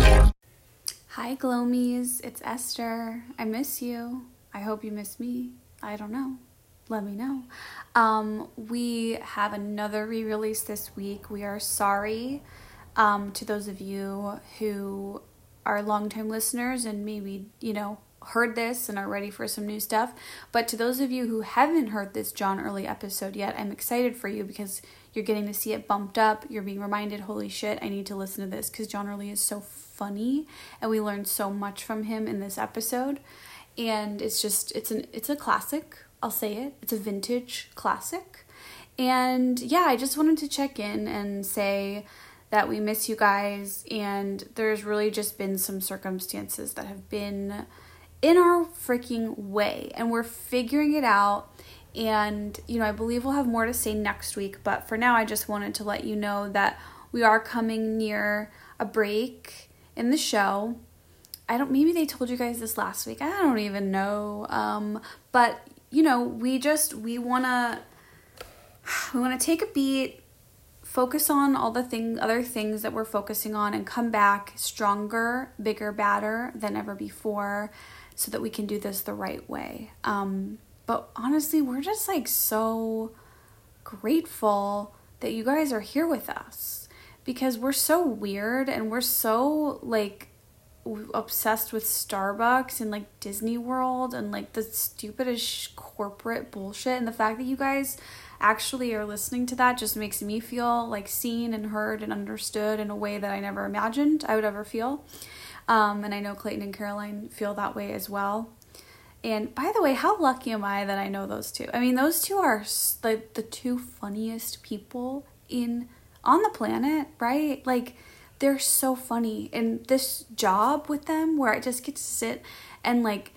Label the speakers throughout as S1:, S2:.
S1: Hi, Glomies. It's Esther. I miss you. I hope you miss me. I don't know. Let me know. Um, we have another re release this week. We are sorry um, to those of you who are longtime listeners and maybe, you know, heard this and are ready for some new stuff. But to those of you who haven't heard this John Early episode yet, I'm excited for you because you're getting to see it bumped up. You're being reminded, holy shit, I need to listen to this because John Early is so funny and we learned so much from him in this episode. And it's just it's an it's a classic, I'll say it. It's a vintage classic. And yeah, I just wanted to check in and say that we miss you guys and there's really just been some circumstances that have been in our freaking way and we're figuring it out and you know i believe we'll have more to say next week but for now i just wanted to let you know that we are coming near a break in the show i don't maybe they told you guys this last week i don't even know um, but you know we just we want to we want to take a beat focus on all the thing other things that we're focusing on and come back stronger bigger badder than ever before so that we can do this the right way um, but honestly, we're just like so grateful that you guys are here with us because we're so weird and we're so like obsessed with Starbucks and like Disney World and like the stupidest corporate bullshit. And the fact that you guys actually are listening to that just makes me feel like seen and heard and understood in a way that I never imagined I would ever feel. Um, and I know Clayton and Caroline feel that way as well. And by the way, how lucky am I that I know those two? I mean, those two are like the two funniest people in on the planet, right? Like they're so funny. And this job with them where I just get to sit and like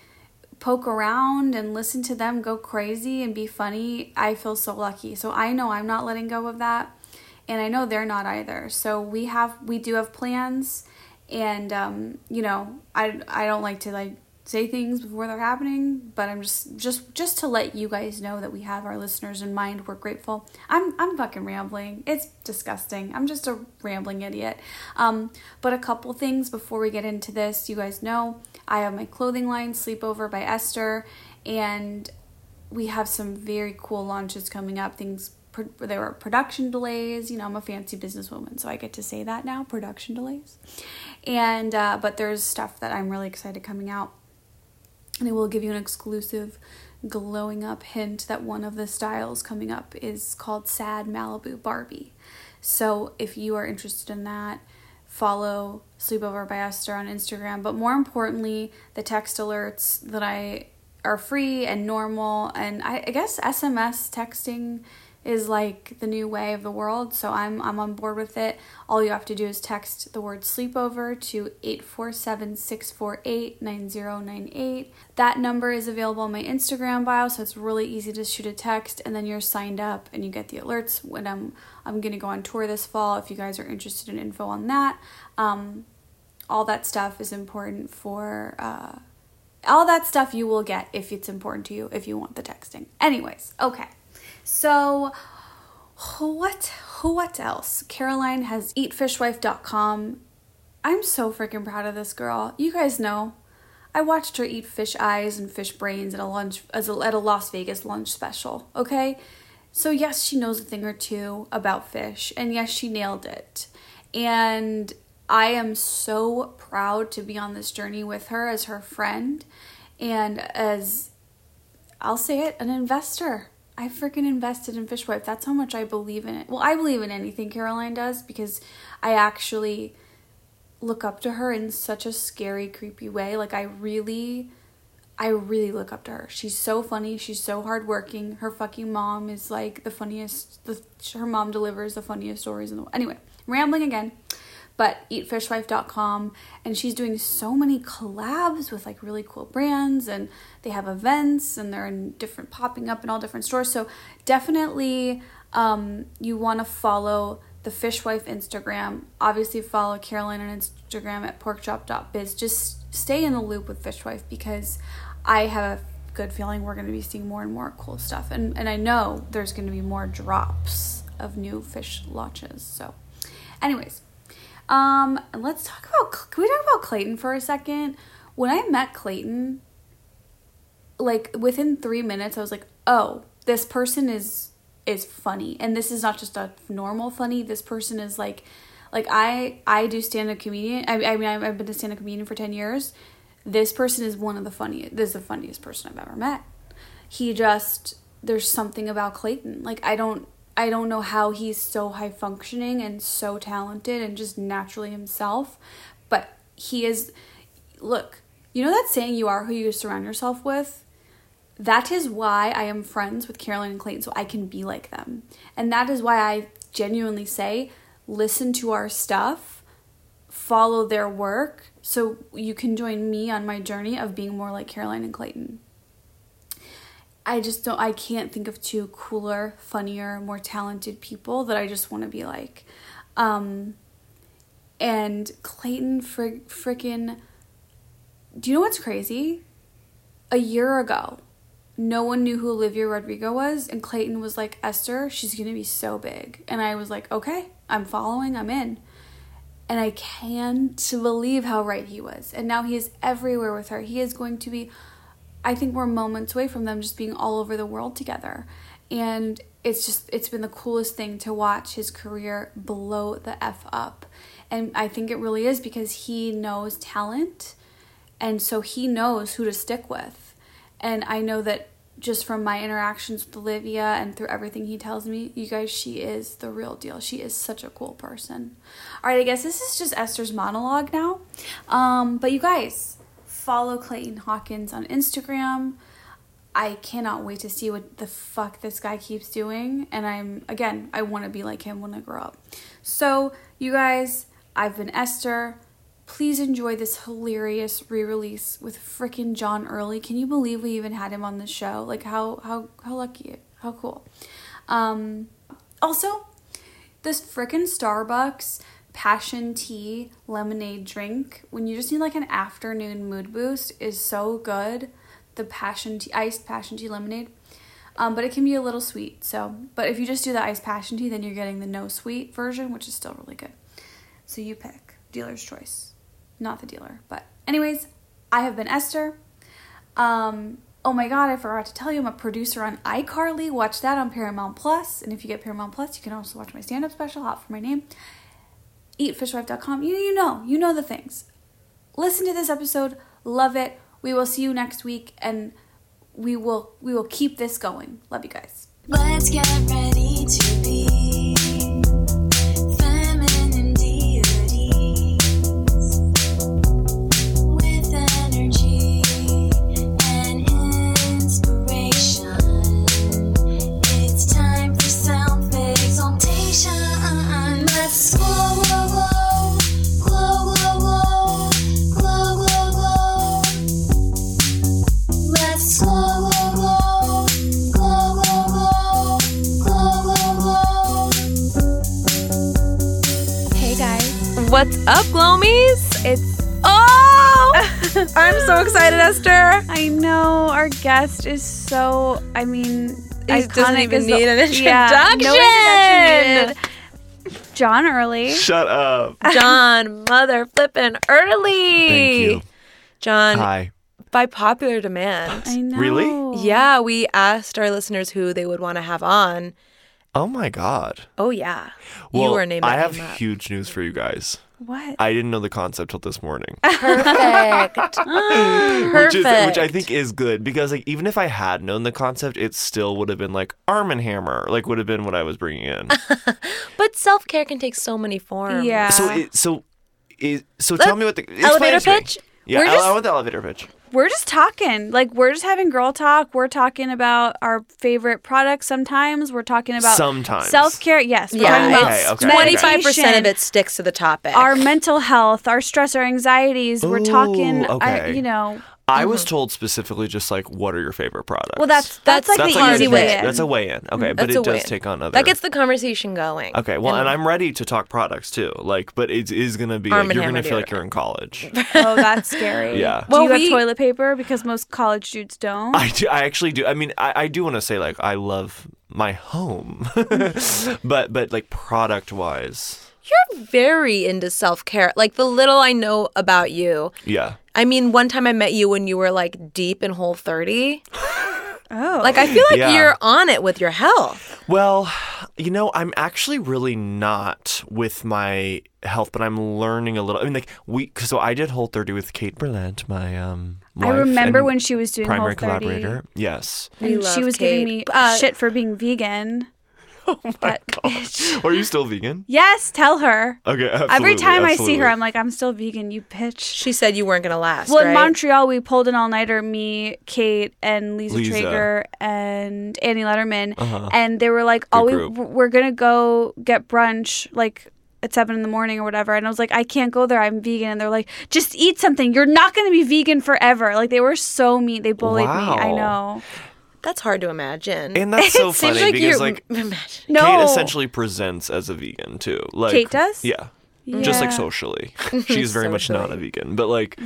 S1: poke around and listen to them go crazy and be funny, I feel so lucky. So I know I'm not letting go of that. And I know they're not either. So we have we do have plans and um, you know, I I don't like to like say things before they're happening but i'm just just just to let you guys know that we have our listeners in mind we're grateful i'm i'm fucking rambling it's disgusting i'm just a rambling idiot um but a couple things before we get into this you guys know i have my clothing line sleepover by esther and we have some very cool launches coming up things there were production delays. You know, I'm a fancy businesswoman, so I get to say that now. Production delays, and uh, but there's stuff that I'm really excited coming out and I will give you an exclusive glowing up hint that one of the styles coming up is called Sad Malibu Barbie. So if you are interested in that, follow Sleepover by Esther on Instagram. But more importantly, the text alerts that I are free and normal and I, I guess SMS texting is like the new way of the world, so I'm I'm on board with it. All you have to do is text the word sleepover to 847-648-9098. That number is available on my Instagram bio, so it's really easy to shoot a text and then you're signed up and you get the alerts when I'm I'm going to go on tour this fall if you guys are interested in info on that. Um, all that stuff is important for uh, all that stuff you will get if it's important to you if you want the texting. Anyways, okay. So what what else? Caroline has eatfishwife.com. I'm so freaking proud of this girl. You guys know. I watched her eat fish eyes and fish brains at a lunch as a, at a Las Vegas lunch special, okay? So yes, she knows a thing or two about fish and yes, she nailed it. And I am so proud to be on this journey with her as her friend and as I'll say it, an investor. I freaking invested in Fishwife. That's how much I believe in it. Well, I believe in anything Caroline does because I actually look up to her in such a scary, creepy way. Like I really I really look up to her. She's so funny. She's so hardworking. Her fucking mom is like the funniest. The, her mom delivers the funniest stories in the world. Anyway, rambling again, but eatfishwife.com. And she's doing so many collabs with like really cool brands, and they have events, and they're in different popping up in all different stores. So definitely, um, you want to follow the Fishwife Instagram. Obviously, follow Caroline on Instagram at porkchop.biz. Just stay in the loop with Fishwife because I have a good feeling we're going to be seeing more and more cool stuff. And, and I know there's going to be more drops of new fish launches. So, anyways, um, let's talk about. Can we talk about Clayton for a second? When I met Clayton, like within three minutes, I was like, oh, this person is is funny and this is not just a normal funny this person is like like i i do stand-up comedian i, I mean I've, I've been a stand-up comedian for 10 years this person is one of the funniest this is the funniest person i've ever met he just there's something about clayton like i don't i don't know how he's so high functioning and so talented and just naturally himself but he is look you know that saying you are who you surround yourself with that is why I am friends with Carolyn and Clayton, so I can be like them. And that is why I genuinely say listen to our stuff, follow their work, so you can join me on my journey of being more like Caroline and Clayton. I just don't, I can't think of two cooler, funnier, more talented people that I just want to be like. Um, and Clayton fr- freaking, do you know what's crazy? A year ago, no one knew who Olivia Rodrigo was, and Clayton was like, Esther, she's gonna be so big. And I was like, okay, I'm following, I'm in. And I can't believe how right he was. And now he is everywhere with her. He is going to be, I think we're moments away from them just being all over the world together. And it's just, it's been the coolest thing to watch his career blow the F up. And I think it really is because he knows talent. And so he knows who to stick with and I know that just from my interactions with Olivia and through everything he tells me, you guys, she is the real deal. She is such a cool person. All right, I guess this is just Esther's monologue now. Um, but you guys, follow Clayton Hawkins on Instagram. I cannot wait to see what the fuck this guy keeps doing. And I'm, again, I want to be like him when I grow up. So, you guys, I've been Esther please enjoy this hilarious re-release with frickin' John Early. Can you believe we even had him on the show? Like how how how lucky, how cool. Um also this frickin' Starbucks passion tea lemonade drink when you just need like an afternoon mood boost is so good. The passion tea iced passion tea lemonade. Um, but it can be a little sweet. So, but if you just do the iced passion tea, then you're getting the no sweet version, which is still really good. So you pick dealer's choice not the dealer. But anyways, I have been Esther. Um, oh my god, I forgot to tell you I'm a producer on iCarly. Watch that on Paramount Plus. And if you get Paramount Plus, you can also watch my stand-up special, Hot for My Name. Eatfishwife.com. You you know, you know the things. Listen to this episode, love it. We will see you next week and we will we will keep this going. Love you guys.
S2: Let's get ready to be feminine deities with energy and inspiration. It's time for self exaltation. Let's glow, glow, glow, glow, glow, glow, glow, glow, glow. Let's glow, glow, glow, glow, glow, glow, glow, glow, glow.
S1: Hey guys.
S3: What's up, Glomies? It's oh, I'm so excited, Esther.
S1: I know our guest is so I mean
S3: He doesn't
S1: iconic
S3: even
S1: is the-
S3: need an introduction.
S1: Yeah, no introduction needed. John Early.
S4: Shut up.
S3: John, mother flippin' early.
S4: Thank you.
S3: John,
S4: Hi.
S3: by popular demand.
S1: I know.
S4: Really?
S3: Yeah, we asked our listeners who they would want to have on.
S4: Oh my God.
S3: Oh yeah,
S4: Well,
S3: you were named.
S4: I
S3: that
S4: have
S3: name up.
S4: huge news for you guys.
S1: What?
S4: I didn't know the concept till this morning,
S5: Perfect.
S4: which is which I
S5: Perfect.
S4: think is good because like even if I had known the concept, it still would have been like Arm and Hammer, like would have been what I was bringing in.
S5: But self care can take so many forms.
S1: Yeah.
S4: so it, so it, so tell me what the explain
S5: elevator
S4: it to me.
S5: pitch?
S4: Yeah,
S1: We're
S4: I- I
S1: just-
S4: want the elevator pitch.
S1: We're just talking. Like we're just having girl talk. We're talking about our favorite products sometimes. We're talking about
S4: Sometimes.
S1: self care. Yes. we're talking about
S5: Yeah.
S4: Okay, okay, okay.
S5: Twenty five percent
S1: meditation,
S5: of it sticks to the topic.
S1: Our mental health, our stress, our anxieties. we're talking.
S4: Ooh,
S1: I,
S4: okay.
S1: you know.
S4: I was told specifically just like what are your favorite products?
S1: Well, that's that's,
S5: That's-
S1: like
S4: that's
S1: the
S4: like
S1: easy
S4: a,
S1: way.
S4: That's a way in. Okay, but
S5: That's a
S4: it does
S5: win.
S4: take on other.
S5: That gets the conversation going.
S4: Okay, well, and, I'm ready to talk products too. Like, but it is gonna be
S5: Arm
S4: like
S5: and
S4: you're gonna
S5: Hammer
S4: feel like
S5: deodorant.
S4: you're in college.
S1: oh, that's scary.
S4: Yeah.
S1: Do
S5: Well,
S1: you
S5: we-
S1: have toilet paper? Because most college dudes don't.
S4: I do. I actually do. I mean, I, I do want to say like I love my home, but but like product wise,
S5: You're very into self care. Like the little I know about you.
S4: yeah.
S5: I mean, one time I met you when you were like deep in whole thirty.
S1: oh,
S5: Like I feel like
S4: Yeah.
S5: you're on it with your health.
S4: Well, you know, I'm actually really not with my health, but I'm learning a little. I mean, like we. 'cause So I did Whole 30 with Kate Berlant, my um.
S1: I
S4: wife
S1: remember
S4: and
S1: when she was doing
S4: primary
S1: Whole30.
S4: collaborator. Yes.
S5: We
S1: And she
S5: love
S1: was
S5: Kate.
S1: giving me
S5: Uh,
S1: shit for being vegan. Oh my
S4: Are you still vegan?
S1: Yes, tell her.
S4: Okay.
S1: Every
S4: absolutely,
S1: time I see her,
S4: absolutely.
S1: I'm like, I'm still vegan, you bitch.
S5: She said you weren't gonna last.
S1: Well, in
S5: right?
S1: Montreal, we pulled an all nighter, me, Kate, and Lisa,
S4: Lisa. Uh-huh.
S1: Traeger, and Annie Letterman. And they were like,
S4: Good
S1: oh, we,
S4: group.
S1: we're going to go get brunch, like at seven in the morning or whatever. And I was like, I can't go there. I'm vegan. And they're like, just eat something. You're not going to be vegan forever. Like, they were so mean. They bullied me. I
S4: Wow.
S1: know.
S5: That's hard to imagine.
S4: And that's so
S5: it seems
S4: funny
S5: like
S4: because
S5: you're
S4: like
S5: imagine.
S1: No.
S4: Kate essentially presents as a vegan too. Like
S1: Kate does?
S4: Yeah. Just like
S1: Yeah.
S4: socially, she's very much not a vegan, but like,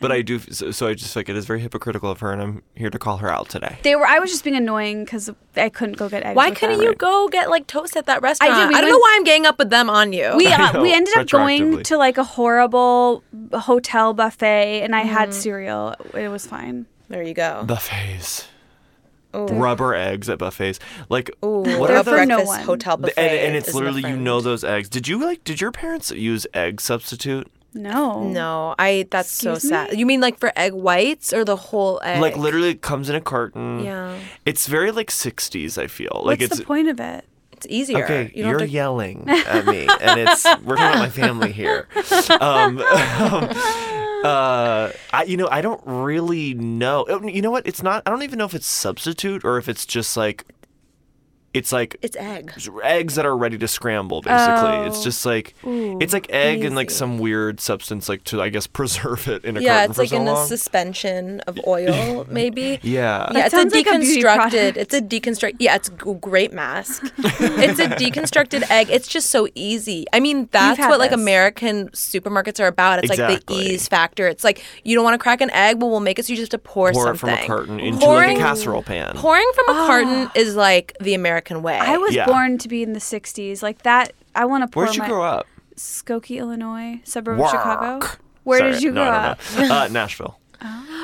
S4: but I do. So, so I just like it is very hypocritical of her, and I'm here to call her out today.
S1: They were. I was just being annoying because I couldn't go get eggs.
S5: Why
S1: with
S5: couldn't
S1: them.
S5: you go get like toast at that restaurant?
S1: we
S5: I don't
S1: went-
S5: know why I'm gang up with them on you.
S1: We
S4: I
S1: uh, we
S4: know,
S1: ended up going
S4: retroactively.
S1: to like a horrible hotel buffet, and I
S5: Mm.
S1: had cereal. It was fine.
S5: there you go.
S4: Buffets,
S1: Oh.
S4: rubber eggs at buffets, like what
S5: They're
S4: are
S5: a
S1: for
S4: the
S1: no
S5: breakfast
S1: one.
S5: hotel
S4: and,
S5: buffet?
S4: and it's
S5: isn't a
S4: literally you
S5: friend.
S4: know those eggs. Did you like? Did your parents use egg substitute?
S1: No,
S5: No, I. That's so
S1: Excuse
S5: sad. You mean like for egg whites or the whole egg?
S4: Like literally, it comes in a carton.
S5: Yeah.
S4: it's very like '60s. I feel like
S1: What's
S4: it's
S1: the point of it?
S5: it's easier.
S4: Okay, you
S5: You don't
S4: are
S5: have to-
S4: yelling at me, and it's we're talking about my family here. Um, uh, I, you know, I don't really know. Oh, You know what? It's not. I don't even know if it's substitute or if it's just like, it's like
S5: It's Oh. egg.
S4: eggs that are ready to scramble. Basically, it's just like it's like egg and like some weird substance, like to I guess preserve it in a
S5: Yeah,
S4: carton
S5: it's
S4: for
S5: like
S4: so
S5: in a
S4: long.
S5: suspension of oil, maybe.
S4: yeah.
S5: Yeah, it's a
S1: sounds like a beauty product.
S5: deconstructed. it's a deconstruct. Yeah, it's a great mask. it's a deconstructed egg. It's just so easy. I mean, that's
S1: had
S5: what like
S1: this.
S5: American supermarkets are about. It's like the
S4: Exactly.
S5: ease factor. It's like you don't want to crack an egg. Well, we'll make it so you just have to pour,
S4: Pour it
S5: something
S4: from a carton into like
S5: Pouring-
S4: a casserole pan.
S5: Pouring from a carton is like the American way.
S1: I was
S4: Yeah.
S1: born to be in the '60s, like that. I want to pour
S4: Where'd you
S1: my
S4: grow up?
S1: Skokie, Illinois, suburb
S4: Work.
S1: of Chicago. Where
S4: Sorry,
S1: did you
S4: no,
S1: grow
S4: I
S1: up? Oh.
S4: don't know. Uh, Nashville.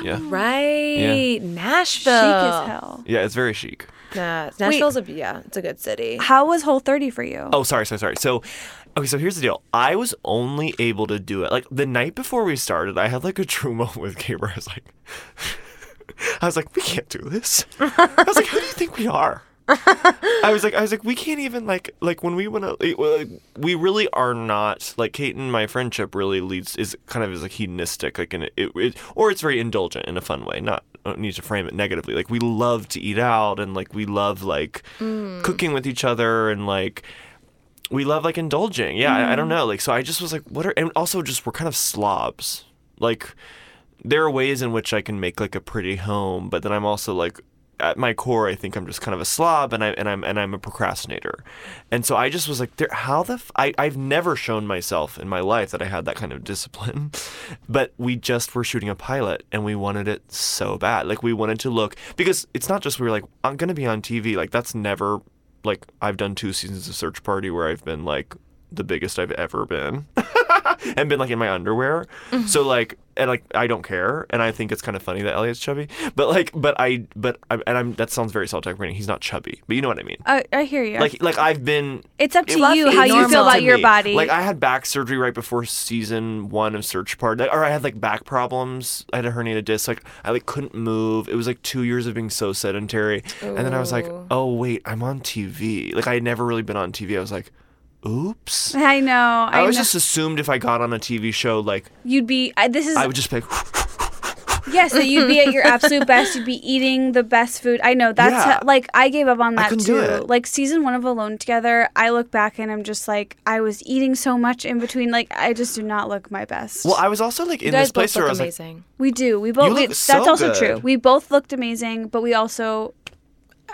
S4: Yeah.
S5: right,
S1: Chic
S5: Nashville.
S1: as hell.
S4: Yeah, it's very chic.
S5: Nah, Nashville's a yeah, it's a good city.
S1: How was Whole 30 for you?
S4: Oh, sorry, sorry, sorry. So, okay, so here's the deal. I was only able to do it like the night before we started. I had like a true moment with Gaber. I was like, I was like, we can't do this. I was like, who do you think we are? I was like, I was like, we can't even like like when we want to. We really are not like Kate and my friendship really leads is kind of is like hedonistic like and it, it or it's very indulgent in a fun way. Not I don't need to frame it negatively. Like we love to eat out and like we love like cooking with each other and like we love like indulging. Yeah, I, I don't know. Like, so I just was like, what are, and also just we're kind of slobs. Like, there are ways in which I can make like a pretty home, but then I'm also like, at my core, I think I'm just kind of a slob, and I and I'm and I'm a procrastinator, and so I just was like, there, how the f- I I've never shown myself in my life that I had that kind of discipline, but we just were shooting a pilot and we wanted it so bad, like we wanted to look because it's not just we were like I'm gonna be on TV, like that's never like I've done two seasons of Search Party where I've been like the biggest I've ever been. and been like in my underwear.
S1: Mm-hmm.
S4: So like and like I don't care and I think it's kind of funny that Elliot's chubby. But like but I but I, and I'm that sounds very self-deprecating. He's not chubby. But you know what I mean.
S1: I, I hear you.
S4: Like like I've been
S1: it's up to
S4: It-
S1: you
S5: fluffy,
S1: how you
S5: normal.
S1: feel about
S4: to
S1: your
S4: me.
S1: body.
S4: Like I had back surgery right before season one of Search Party, like, or I had like back problems. I had a herniated disc. Like I like couldn't move. It was like two years of being so sedentary, and then I was like, oh wait, I'm on TV. Like I had never really been on TV. I was like, oops.
S1: I know. I,
S4: I was
S1: know.
S4: just assumed if I got on a TV show, like
S1: you'd be. I, this is
S4: I would just pick.
S1: yes. That you'd be at your absolute best. You'd be eating the best food. I know. That's
S4: Yeah.
S1: how- like I gave up on that
S4: couldn't
S1: too.
S4: do it.
S1: Like season one of Alone Together, I look back and I'm just like, I was eating so much in between. Like I just do not look my best.
S4: Well, I was also like in
S5: you guys
S4: this place
S5: both
S4: where I
S5: look
S4: was like,
S5: amazing.
S1: we do. We both.
S4: You
S1: we-
S4: look
S1: that's
S4: so
S1: also true.
S4: good.
S1: We both looked amazing, but we also.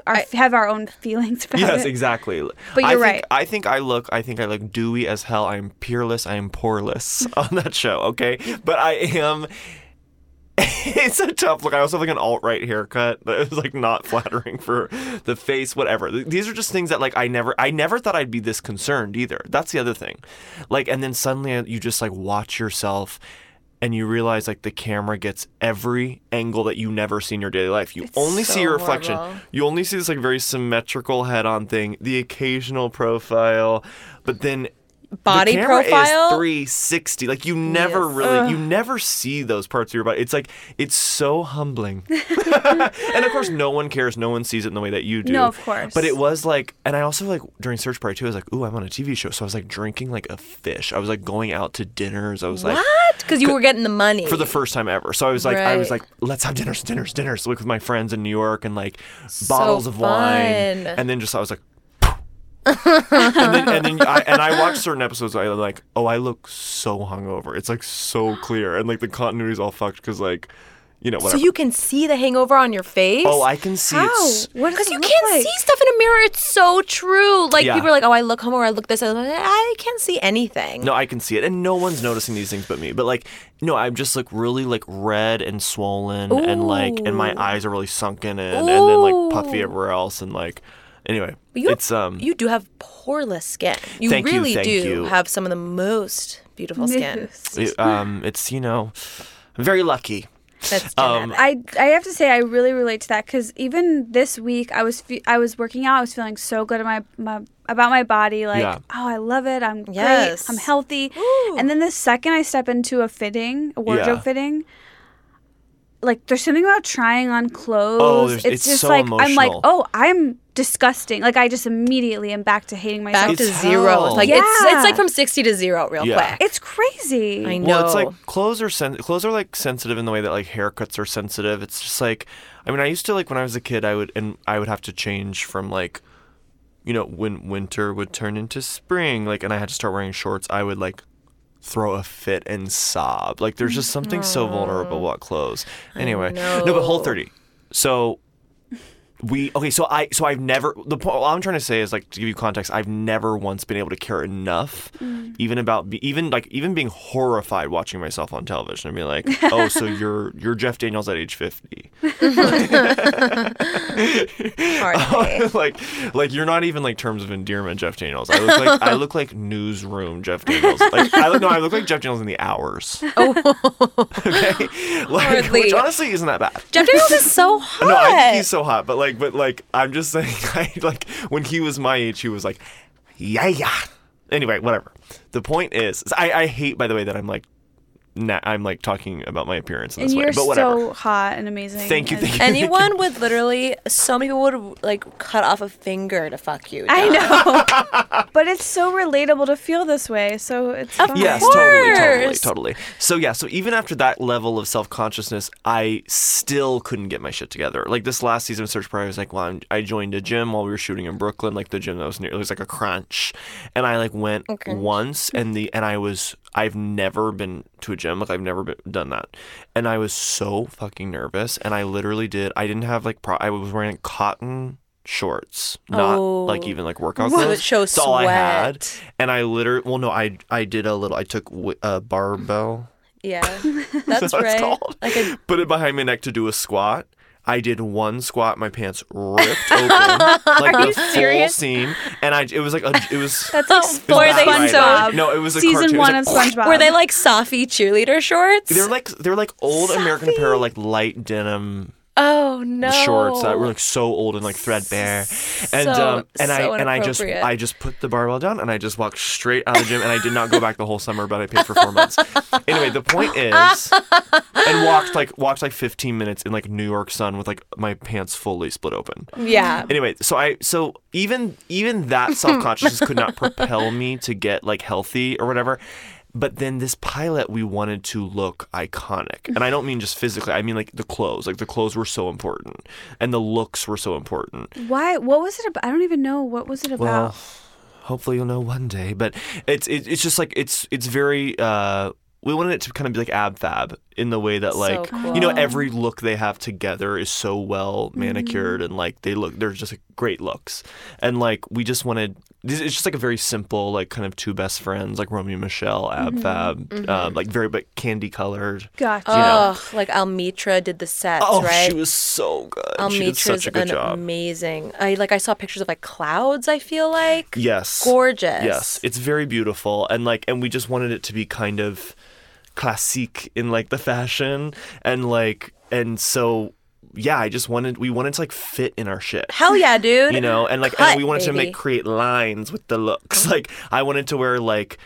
S1: Are, have our own feelings about
S4: Yes,
S1: it.
S4: exactly. But
S1: you're
S4: I think,
S1: right.
S4: I think I look. I think I look dewy as hell. I am peerless. I am poreless on that show. Okay, but I am. It's a tough look. I also have like an alt right haircut that is like not flattering for the face. Whatever. Th- These are just things that like I never. I never thought I'd be this concerned either. That's the other thing. Like, and then suddenly you just like watch yourself. And you realize like the camera gets every angle that you never see in your daily life. You only see
S5: so
S4: your reflection.
S5: horrible.
S4: You only see this like very symmetrical head-on thing, the occasional profile, but then
S5: Body
S4: the camera
S5: profile?
S4: is 360. Like you never
S5: Yes.
S4: really, you never see those parts of your body. It's like it's so humbling. and of course, no one cares. No one sees it in the way that you do.
S1: No, of course.
S4: But it was like, and I also like during Search Party too. I was like, ooh, I'm on a TV show, so I was like drinking like a fish. I was like going out to dinners. I was like,
S5: What? Because you were getting the money
S4: for the first time ever. So I was like, I was
S5: Right.
S4: like, let's have dinners, dinners, dinners, like with my friends in New York and like bottles of wine,
S5: fun.
S4: and then just I was like. and then, and then I, and I watched certain episodes. I like, oh, I look so hungover. It's like so clear, and like the continuity's all fucked because like, you know,
S5: So
S4: whatever.
S5: you can see the hangover on your face.
S4: oh, I can see it's
S1: What does
S5: Because
S1: it
S5: you
S1: look
S5: can't
S1: like?
S5: see stuff in a mirror. It's so true. Like
S4: Yeah.
S5: people are like, "Oh, I look hungover. I look this." I look that." I can't see anything.
S4: No, I can see it, and no one's noticing these things but me. But like, no, I'm just like really like red and swollen, and like, and my eyes are really sunken in, and then like puffy
S5: Ooh.
S4: everywhere else, and like, anyway,
S5: But you, have-
S4: it's um,
S5: you do have poreless skin. You
S4: Thank you,
S5: really
S4: thank
S5: do
S4: you.
S5: have some of the most beautiful skin.
S4: it- um, it's you know, I'm very lucky.
S5: That's
S4: Um,
S5: genetic.
S1: I, I have to say I really relate to that because even this week I was fe- I was working out I was feeling so good about my, my about my body like
S4: Yeah.
S1: oh I love it I'm
S5: Yes.
S1: great I'm healthy and then the second I step into a fitting a wardrobe
S4: Yeah.
S1: fitting like there's something about trying on clothes
S4: Oh, there's-
S1: it's,
S4: it's
S1: just
S4: so
S1: like I'm like
S4: emotional.
S1: oh I'm disgusting like I just immediately am back to hating myself
S5: Back to
S4: It's
S5: zero.
S4: hell.
S5: It's like it's
S1: Yeah.
S5: it's like from sixty to zero, real
S4: Yeah.
S5: quick.
S1: it's crazy
S5: I know.
S4: Well, it's like clothes are sen- clothes are like sensitive in the way that like haircuts are sensitive. It's just like, I mean, I used to like when I was a kid, I would and I would have to change from like, you know, when winter would turn into spring, like, and I had to start wearing shorts. I would like throw a fit and sob. Like, there's just something so vulnerable
S5: Mm-hmm.
S4: about clothes. Anyway, no, but Whole 30. So we okay so i so i've never the point i'm trying to say is like to give you context i've never once been able to care enough even about be- even like even being horrified watching myself on television and be like oh so you're you're jeff daniels at age 50 like like you're not even like terms of endearment jeff daniels i look like i look like newsroom jeff daniels like i look no i look like jeff daniels in the hours oh okay like
S5: Hardly.
S4: which honestly isn't that bad
S5: Jeff Daniels is so hot.
S4: No, I think he's so hot, but like, but like, I'm just saying, I, like, when he was my age, he was like, yeah, yeah. Anyway, whatever. The point is, is I, I hate, by the way, that I'm like, nah, I'm like talking about my appearance in
S1: and
S4: this way,
S1: you're
S4: but whatever.
S1: so hot and amazing
S4: thank you,
S1: and-
S4: thank you.
S5: Anyone would literally, so many people would like cut off a finger to fuck you.
S1: I know. but it's so relatable to feel this way. So it's fine.
S4: Yes, totally, totally,
S5: course.
S4: totally. So yeah, so even after that level of self consciousness, I still couldn't get my shit together. Like this last season of Search Party, I was like, well, I'm, I joined a gym while we were shooting in Brooklyn, like the gym that was near. It was like a crunch, and I like went once, and the and I was I've never been to a gym, like I've never been, done that, and I was so fucking nervous, and I literally did. I didn't have like pro- I was wearing like, cotton shorts, not like even like workout
S5: So
S4: clothes.
S5: it shows
S4: That's all I had
S5: sweat.
S4: and I literally well no I I did a little I took wi- a barbell
S5: Yeah, that's
S4: what it's
S5: right.
S4: called.
S5: Like a
S4: put it behind my neck to do a squat I did one squat, my pants ripped open, like
S1: Are
S4: the
S1: you
S4: full
S1: serious?
S4: seam, and I it was like a it was.
S1: That's like
S5: Oh, boy,
S1: SpongeBob.
S5: they
S4: SpongeBob. No, it was a
S1: season
S4: cartoon. It was
S1: one
S4: like-
S1: of SpongeBob.
S5: Were they like Safi cheerleader shorts?
S4: they were like they were like old American Apparel, like light denim
S5: oh no.
S4: shorts that were like so old and like threadbare. And
S5: So-
S4: um and
S5: so
S4: I and I just
S5: inappropriate.
S4: I just put the barbell down and I just walked straight out of the gym and I did not go back the whole summer, but I paid for four months. Anyway, the point is and walked like walked like fifteen minutes in like New York sun with like my pants fully split open.
S5: Yeah.
S4: Anyway, so I so even even that self consciousness could not propel me to get like healthy or whatever. But then this pilot, we wanted to look iconic, and I don't mean just physically. I mean like the clothes. Like the clothes were so important, and the looks were so important.
S1: why? What was it about? I don't even know. What was it about?
S4: Well, hopefully you'll know one day. But it's it, it's just like it's it's very. Uh, we wanted it to kind of be like ab fab in the way that
S5: So
S4: like you know
S5: cool.
S4: every look they have together is so well manicured
S5: Mm-hmm.
S4: and like they look they're just like, great looks and like we just wanted this it's just like a very simple like kind of two best friends like Romeo and Michelle ab
S5: Mm-hmm.
S4: fab uh, like very but candy colored
S1: gotcha.
S4: you know.
S5: Ugh, like Almitra did the sets,
S4: oh
S5: right?
S4: she was so good she did
S5: Almitra's
S4: such a good
S5: an
S4: job
S5: amazing. I like I saw pictures of like clouds, I feel like.
S4: Yes.
S5: Gorgeous.
S4: Yes. It's very beautiful and like and we just wanted it to be kind of classique in like the fashion and like and so yeah, I just wanted we wanted to like fit in our shit.
S5: Hell yeah, dude.
S4: You know, and like
S5: Cut,
S4: and we wanted to
S5: baby.
S4: make create lines with the looks. Like I wanted to wear like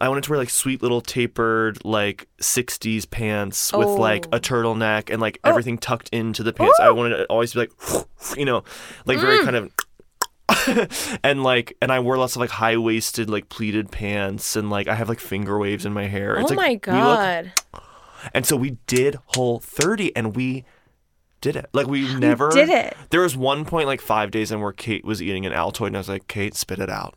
S4: I wanted to wear like sweet little tapered like 60s pants with like
S5: Oh.
S4: a turtleneck and like everything tucked into the pants. I wanted it always to be like you know, like very
S5: Mm.
S4: kind of and like and I wore lots of like high waisted like pleated pants and like I have like finger waves in my hair.
S5: Oh
S4: It's, like,
S5: my
S4: we look-
S5: god.
S4: and so we did whole 30 and we did it. Like we never
S1: did it.
S4: There was one point like five days in where Kate was eating an Altoid and I was like, Kate, spit it out.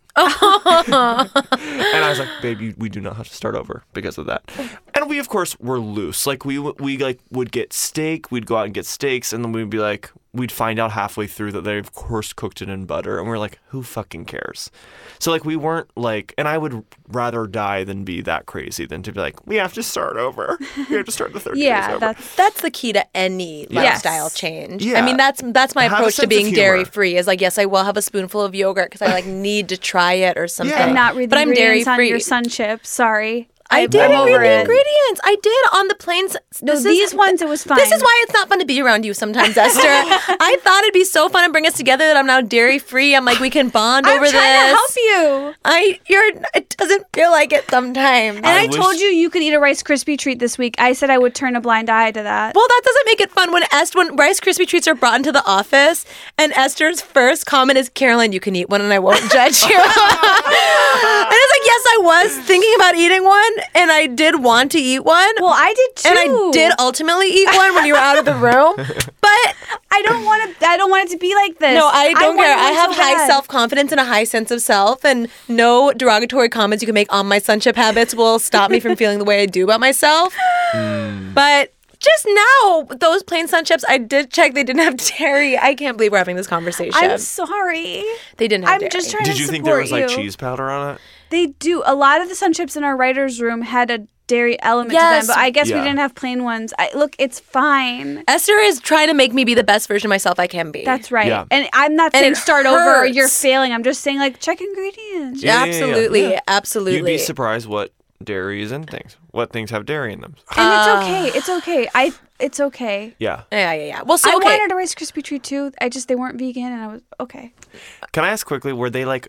S4: and I was like, babe, you, we do not have to start over because of that. And we of course were loose. Like we w- we like would get steak, we'd go out and get steaks, and then we'd be like we'd find out halfway through that they of course cooked it in butter and we are like, who fucking cares? So like we weren't like and I would rather die than be that crazy than to be like, we have to start over. We have to start the third days
S1: yeah,
S4: over.
S1: that's
S5: That's the key to any
S1: Yes.
S5: lifestyle change. I
S4: Yeah.
S5: mean, that's that's my
S4: Have a
S5: approach to
S4: sense of
S5: being
S4: humor.
S5: dairy free. Is like, yes, I will have a spoonful of yogurt because I like need to try it or something.
S4: And
S1: not read the
S5: but I'm dairy
S1: ingredients on
S5: free.
S1: your sun chips. Sorry,
S5: I
S1: I'm
S5: did
S1: over
S5: read the
S1: it.
S5: ingredients. I did on the planes.
S1: No, these ones it was
S5: This
S1: fine.
S5: is why it's not fun to be around you sometimes, Esther. I thought it'd be so fun to bring us together that I'm now dairy free. I'm like, we can bond
S1: I'm
S5: over
S1: trying
S5: this.
S1: to help you.
S5: I you're it doesn't feel like it sometimes.
S1: And I,
S4: wish-
S1: told you you could eat a Rice Krispie treat this week. I said I would turn a blind eye to that.
S5: Well, that doesn't make it fun when Est when Rice Krispie treats are brought into the office, and Esther's first comment is, "Carolyn, you can eat one, and I won't judge you." and it's like, yes, I was thinking about eating one, and I did want to eat one.
S1: Well, I did too.
S5: and I did ultimately eat one when you were out of the room, but
S1: I don't want to. I don't want it to be like this.
S5: no, I don't
S1: want
S5: care.
S1: one
S5: I have
S1: so
S5: high
S1: bad.
S5: self confidence and a high sense of self, and no derogatory comments you can make on my sunship habits will stop me from feeling the way I do about myself.
S1: Hmm.
S5: But just now, those plain sunships, I did check they didn't have dairy. I can't believe we're having this conversation.
S1: I'm sorry.
S5: they didn't have
S1: I'm
S5: dairy.
S1: just trying
S4: Did
S1: to
S4: you
S1: support
S4: think there was like
S1: you.
S4: cheese powder on it?
S1: They do. A lot of the sun chips in our writer's room had a dairy element
S5: Yes.
S1: to them, but I guess we
S4: Yeah.
S1: didn't have plain ones. I, look, it's fine.
S5: Esther is trying to make me be the best version of myself I can be.
S1: That's right.
S4: Yeah.
S1: And I'm not
S5: And
S1: saying
S5: it
S1: start over or you're
S5: hurts.
S1: failing. I'm just saying, like, check ingredients.
S4: Yeah, yeah, yeah, yeah.
S5: absolutely,
S4: Yeah.
S5: absolutely.
S4: You'd be surprised what dairy is in things. What things have dairy in them?
S5: Ah.
S1: And it's okay. It's okay. I. It's okay.
S4: Yeah.
S5: Yeah, yeah, yeah. Well, so okay.
S1: I wanted a Rice Krispie treat too. I just they weren't vegan, and I was okay.
S4: Can I ask quickly? Were they like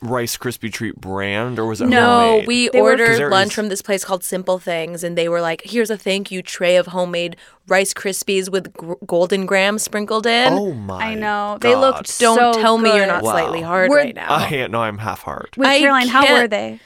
S4: Rice Krispie Treat brand, or was it
S5: No,
S4: homemade?
S5: we
S1: They were- 'Cause
S5: ordered
S4: there
S5: lunch
S4: is-
S5: from this place called Simple Things, and they were like, "Here's a thank you tray of homemade Rice Krispies with gr- golden graham sprinkled in."
S4: Oh my!
S1: I know
S4: God.
S1: they looked.
S5: Don't
S1: so
S5: tell me you're
S1: good.
S5: not slightly hard
S1: We're-
S5: right now.
S4: I no, I'm half hard.
S1: Wait,
S5: I
S1: Caroline, how were
S5: can't-
S1: they?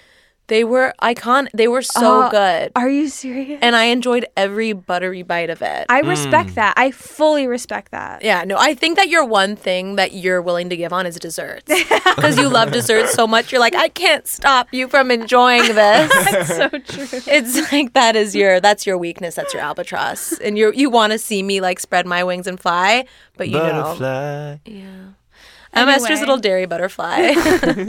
S5: they were icon. They were so
S1: Uh,
S5: good,
S1: Are you serious?
S5: and I enjoyed every buttery bite of it.
S4: Hmm.
S1: I respect that. I fully respect that.
S5: yeah, no, I think that your one thing that you're willing to give on is desserts because you love desserts so much. You're like, I can't stop you from enjoying this.
S1: That's so true.
S5: It's like that is your that's your weakness. That's your albatross, and you you want to see me like spread my wings and fly, but you know,
S4: Butterfly.
S5: yeah. I'm Esther's
S1: Anyway.
S5: little dairy butterfly.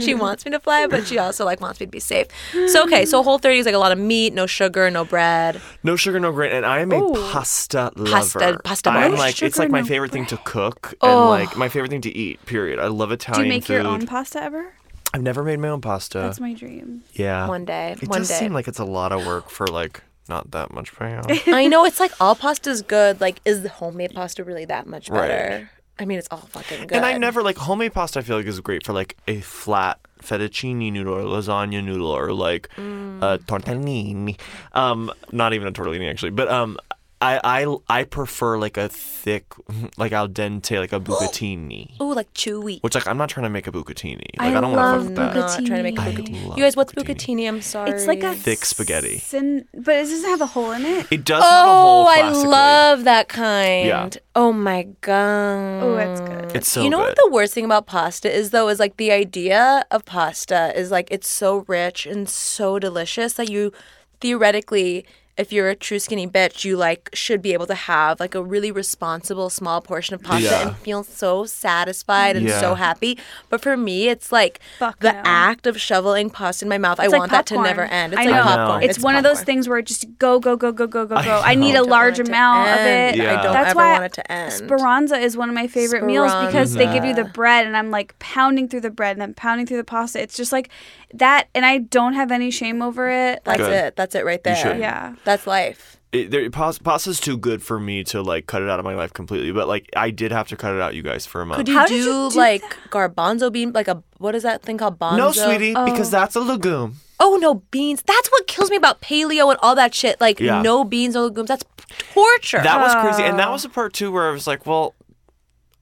S5: she wants me to fly, but she also like wants me to be safe. So okay, so whole 30 is like a lot of meat, no sugar, no bread.
S4: No sugar, no grain, and I am a pasta lover.
S5: Pasta- pasta
S4: I'm
S5: bar.
S4: like, it's
S1: Sugar,
S4: like my
S1: no
S4: favorite thing to cook
S5: Oh.
S4: and like my favorite thing to eat. Period. I love Italian
S1: Do you make
S4: food. Uh,
S1: your own pasta ever?
S4: I've never made my own pasta.
S1: That's my dream.
S4: yeah,
S5: One day,
S4: It
S5: one
S4: does
S5: day.
S4: seem like it's a lot of work for like not that much payoff.
S5: I know it's like all pasta's good. Like, is the homemade pasta really that much
S4: Right.
S5: better? I mean, it's all fucking good.
S4: and I never like homemade pasta. I feel like is great for like a flat fettuccine noodle or lasagna noodle or like
S5: Mm.
S4: a tortellini. Um, not even a tortellini actually, but um. I, I, I prefer like a thick, like al dente, like a bucatini.
S5: Ooh, like chewy.
S4: Which like I'm not trying to make a bucatini. Like I,
S1: I
S4: don't want to
S1: love
S4: fuck that.
S1: bucatini.
S5: Not trying to make
S1: I
S5: bucatini.
S4: love
S5: You guys, what's
S4: bucatini.
S5: bucatini? I'm sorry.
S1: It's like a
S4: Thick spaghetti.
S1: Sin, but it doesn't have a hole in it.
S4: It does have a
S5: Oh,
S4: hole.
S5: I
S4: classically.
S5: love that kind.
S4: Yeah.
S5: Oh my god.
S1: Oh, that's good.
S4: It's so
S5: you know
S4: good.
S5: what the worst thing about pasta is though is like the idea of pasta is like it's so rich and so delicious that you theoretically if you're a true skinny bitch you like should be able to have like a really responsible small portion of pasta
S4: Yeah.
S5: and feel so satisfied and so
S4: Yeah.
S5: happy but for me it's like
S1: Fuck
S5: the
S1: no.
S5: act of shoveling pasta in my mouth
S1: It's
S5: I
S1: like
S5: want
S1: popcorn.
S5: that to never end it's
S1: I
S5: like
S1: know.
S4: I know.
S5: popcorn
S1: It's, one of those
S5: popcorn.
S1: things where it just go go go go go go go.
S4: I
S1: I, need
S4: know.
S1: a
S4: Don't
S1: large
S5: want it to
S1: amount of
S5: end.
S1: it.
S4: Yeah. I don't
S1: That's
S5: ever
S1: why
S5: want it to end.
S1: Speranza is one of my favorite meals because they give you the
S4: Mm-hmm.
S5: Speranza.
S1: bread, and I'm like pounding through the bread, and I'm pounding through the pasta. It's just like that, and I don't have any shame over it. Like
S5: that's
S4: Good.
S5: it that's it right there
S4: should.
S1: Yeah.
S5: that's life
S4: It, there, pas- pasta's too good for me to like cut it out of my life completely. But like I did have to cut it out, you guys, for a month.
S5: Could you
S1: How
S5: do,
S1: did you do
S5: like garbanzo bean? Like a what is that thing called? Bonzo?
S4: no, sweetie, because that's a legume.
S5: Oh no, beans. That's what kills me about paleo and all that shit. Like
S4: Yeah.
S5: no beans, no legumes. That's torture.
S4: That was crazy, and that
S5: Oh.
S4: was the part too where I was like, well.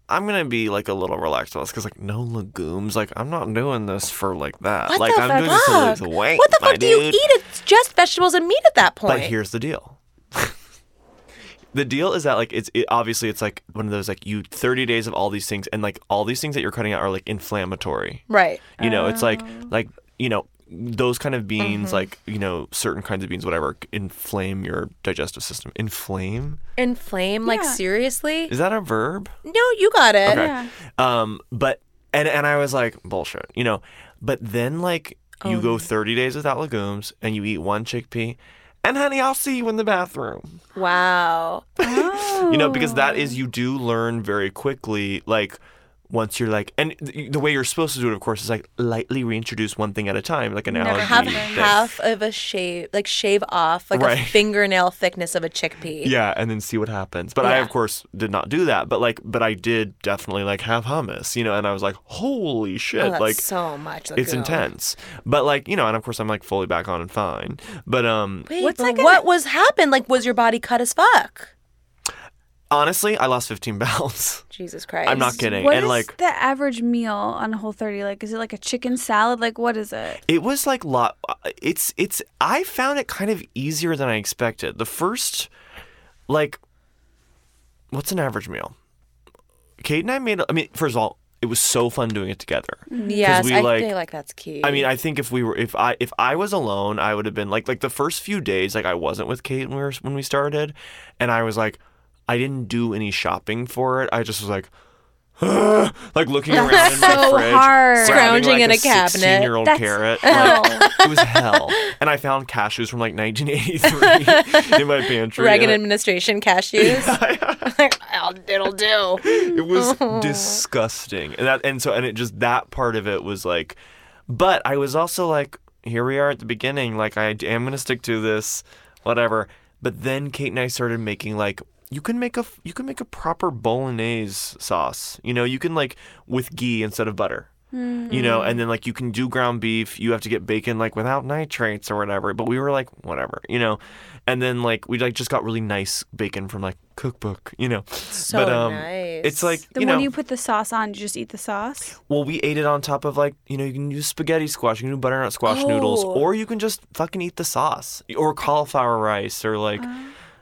S4: I'm gonna be like a little relaxed about this because like no legumes, like I'm not doing this for like that.
S5: what
S4: like
S5: the
S4: I'm
S5: fuck?
S4: doing this to lose weight.
S5: what the
S4: my
S5: fuck do you
S4: dude.
S5: eat? It's just vegetables and meat at that point.
S4: But here's the deal. the deal is that like it's it, obviously it's like one of those like you 30 days of all these things and like all these things that you're cutting out are like inflammatory.
S5: right.
S4: You know, it's like
S5: Oh.
S4: like you know those kind of beans
S5: Mm-hmm.
S4: like you know certain kinds of beans whatever inflame your digestive system. Inflame?
S5: Inflame. Like seriously?
S4: Is that a verb?
S5: No, you got it.
S4: Okay. Um but and and I was like bullshit, you know. But then like you
S5: Oh.
S4: go 30 days without legumes and you eat one chickpea and honey, I'll see you in the bathroom.
S5: Wow.
S4: you know because that
S5: Oh.
S4: is you do learn very quickly like once you're like and th- the way you're supposed to do it of course is like lightly reintroduce one thing at a time like an
S1: Never
S4: allergy
S5: Have
S1: Eat
S4: thing.
S5: half of a shave, like shave off, like a
S4: Right.
S5: fingernail thickness of a chickpea.
S4: yeah and then see what happens but i of course did not do that but like but i did definitely like have hummus you know and i was like holy shit
S5: Oh, that's
S4: like
S5: so
S4: it's
S5: much. legume.
S4: intense but like you know and of course i'm like fully back on and fine but um
S5: Wait,
S1: What's
S5: but
S1: that gonna-
S5: what was happened? Like, was your body cut as fuck?
S4: honestly i lost 15 pounds
S5: Jesus Christ.
S4: i'm not kidding
S1: What
S4: and
S1: is
S4: like
S1: the average meal on Whole 30? Like, is it like a chicken salad? Like, what is it?
S4: It was like lot. It's it's. I found it kind of easier than I expected. The first, like, what's an average meal? Kate and I made. I mean, first of all, it was so fun doing it together.
S1: Mm,
S5: Yes,
S4: we,
S5: I
S4: like-
S5: feel like that's key.
S4: I mean, I think if we were, if I, if I was alone, I would have been like, like the first few days, like I wasn't with Kate when we were, when we started, and I was like, I didn't do any shopping for it. I just was like. like looking around in my
S1: So
S4: fridge,
S1: hard.
S4: grabbing,
S5: Scrounging
S4: like,
S5: in a cabinet. Oh.
S4: Sixteen-year-old
S1: That's
S4: carrot. Like, it was hell. And I found cashews from like 1983 in my pantry.
S5: Reagan
S4: and
S5: administration cashews. I'll, it'll do.
S4: it was disgusting. And that and so and it just that part of it was like but I was also like here we are at the beginning like I am going to stick to this whatever. But then Kate and I started making like you can make a you can make a proper bolognese sauce. You know, you can like with ghee instead of butter. You know,
S5: Mm-hmm.
S4: and then like you can do ground beef, you have to get bacon like without nitrates or whatever. But we were like, whatever, you know. And then like we like just got really nice bacon from like cookbook, you know.
S5: So
S4: but um
S5: nice.
S4: it's like
S1: Then
S4: you
S1: when
S4: know
S1: you put the sauce on, you just eat the sauce.
S4: well we ate it on top of like you know you can use spaghetti squash you can do butternut squash noodles
S5: Oh.
S4: or you can just fucking eat the sauce or cauliflower rice or like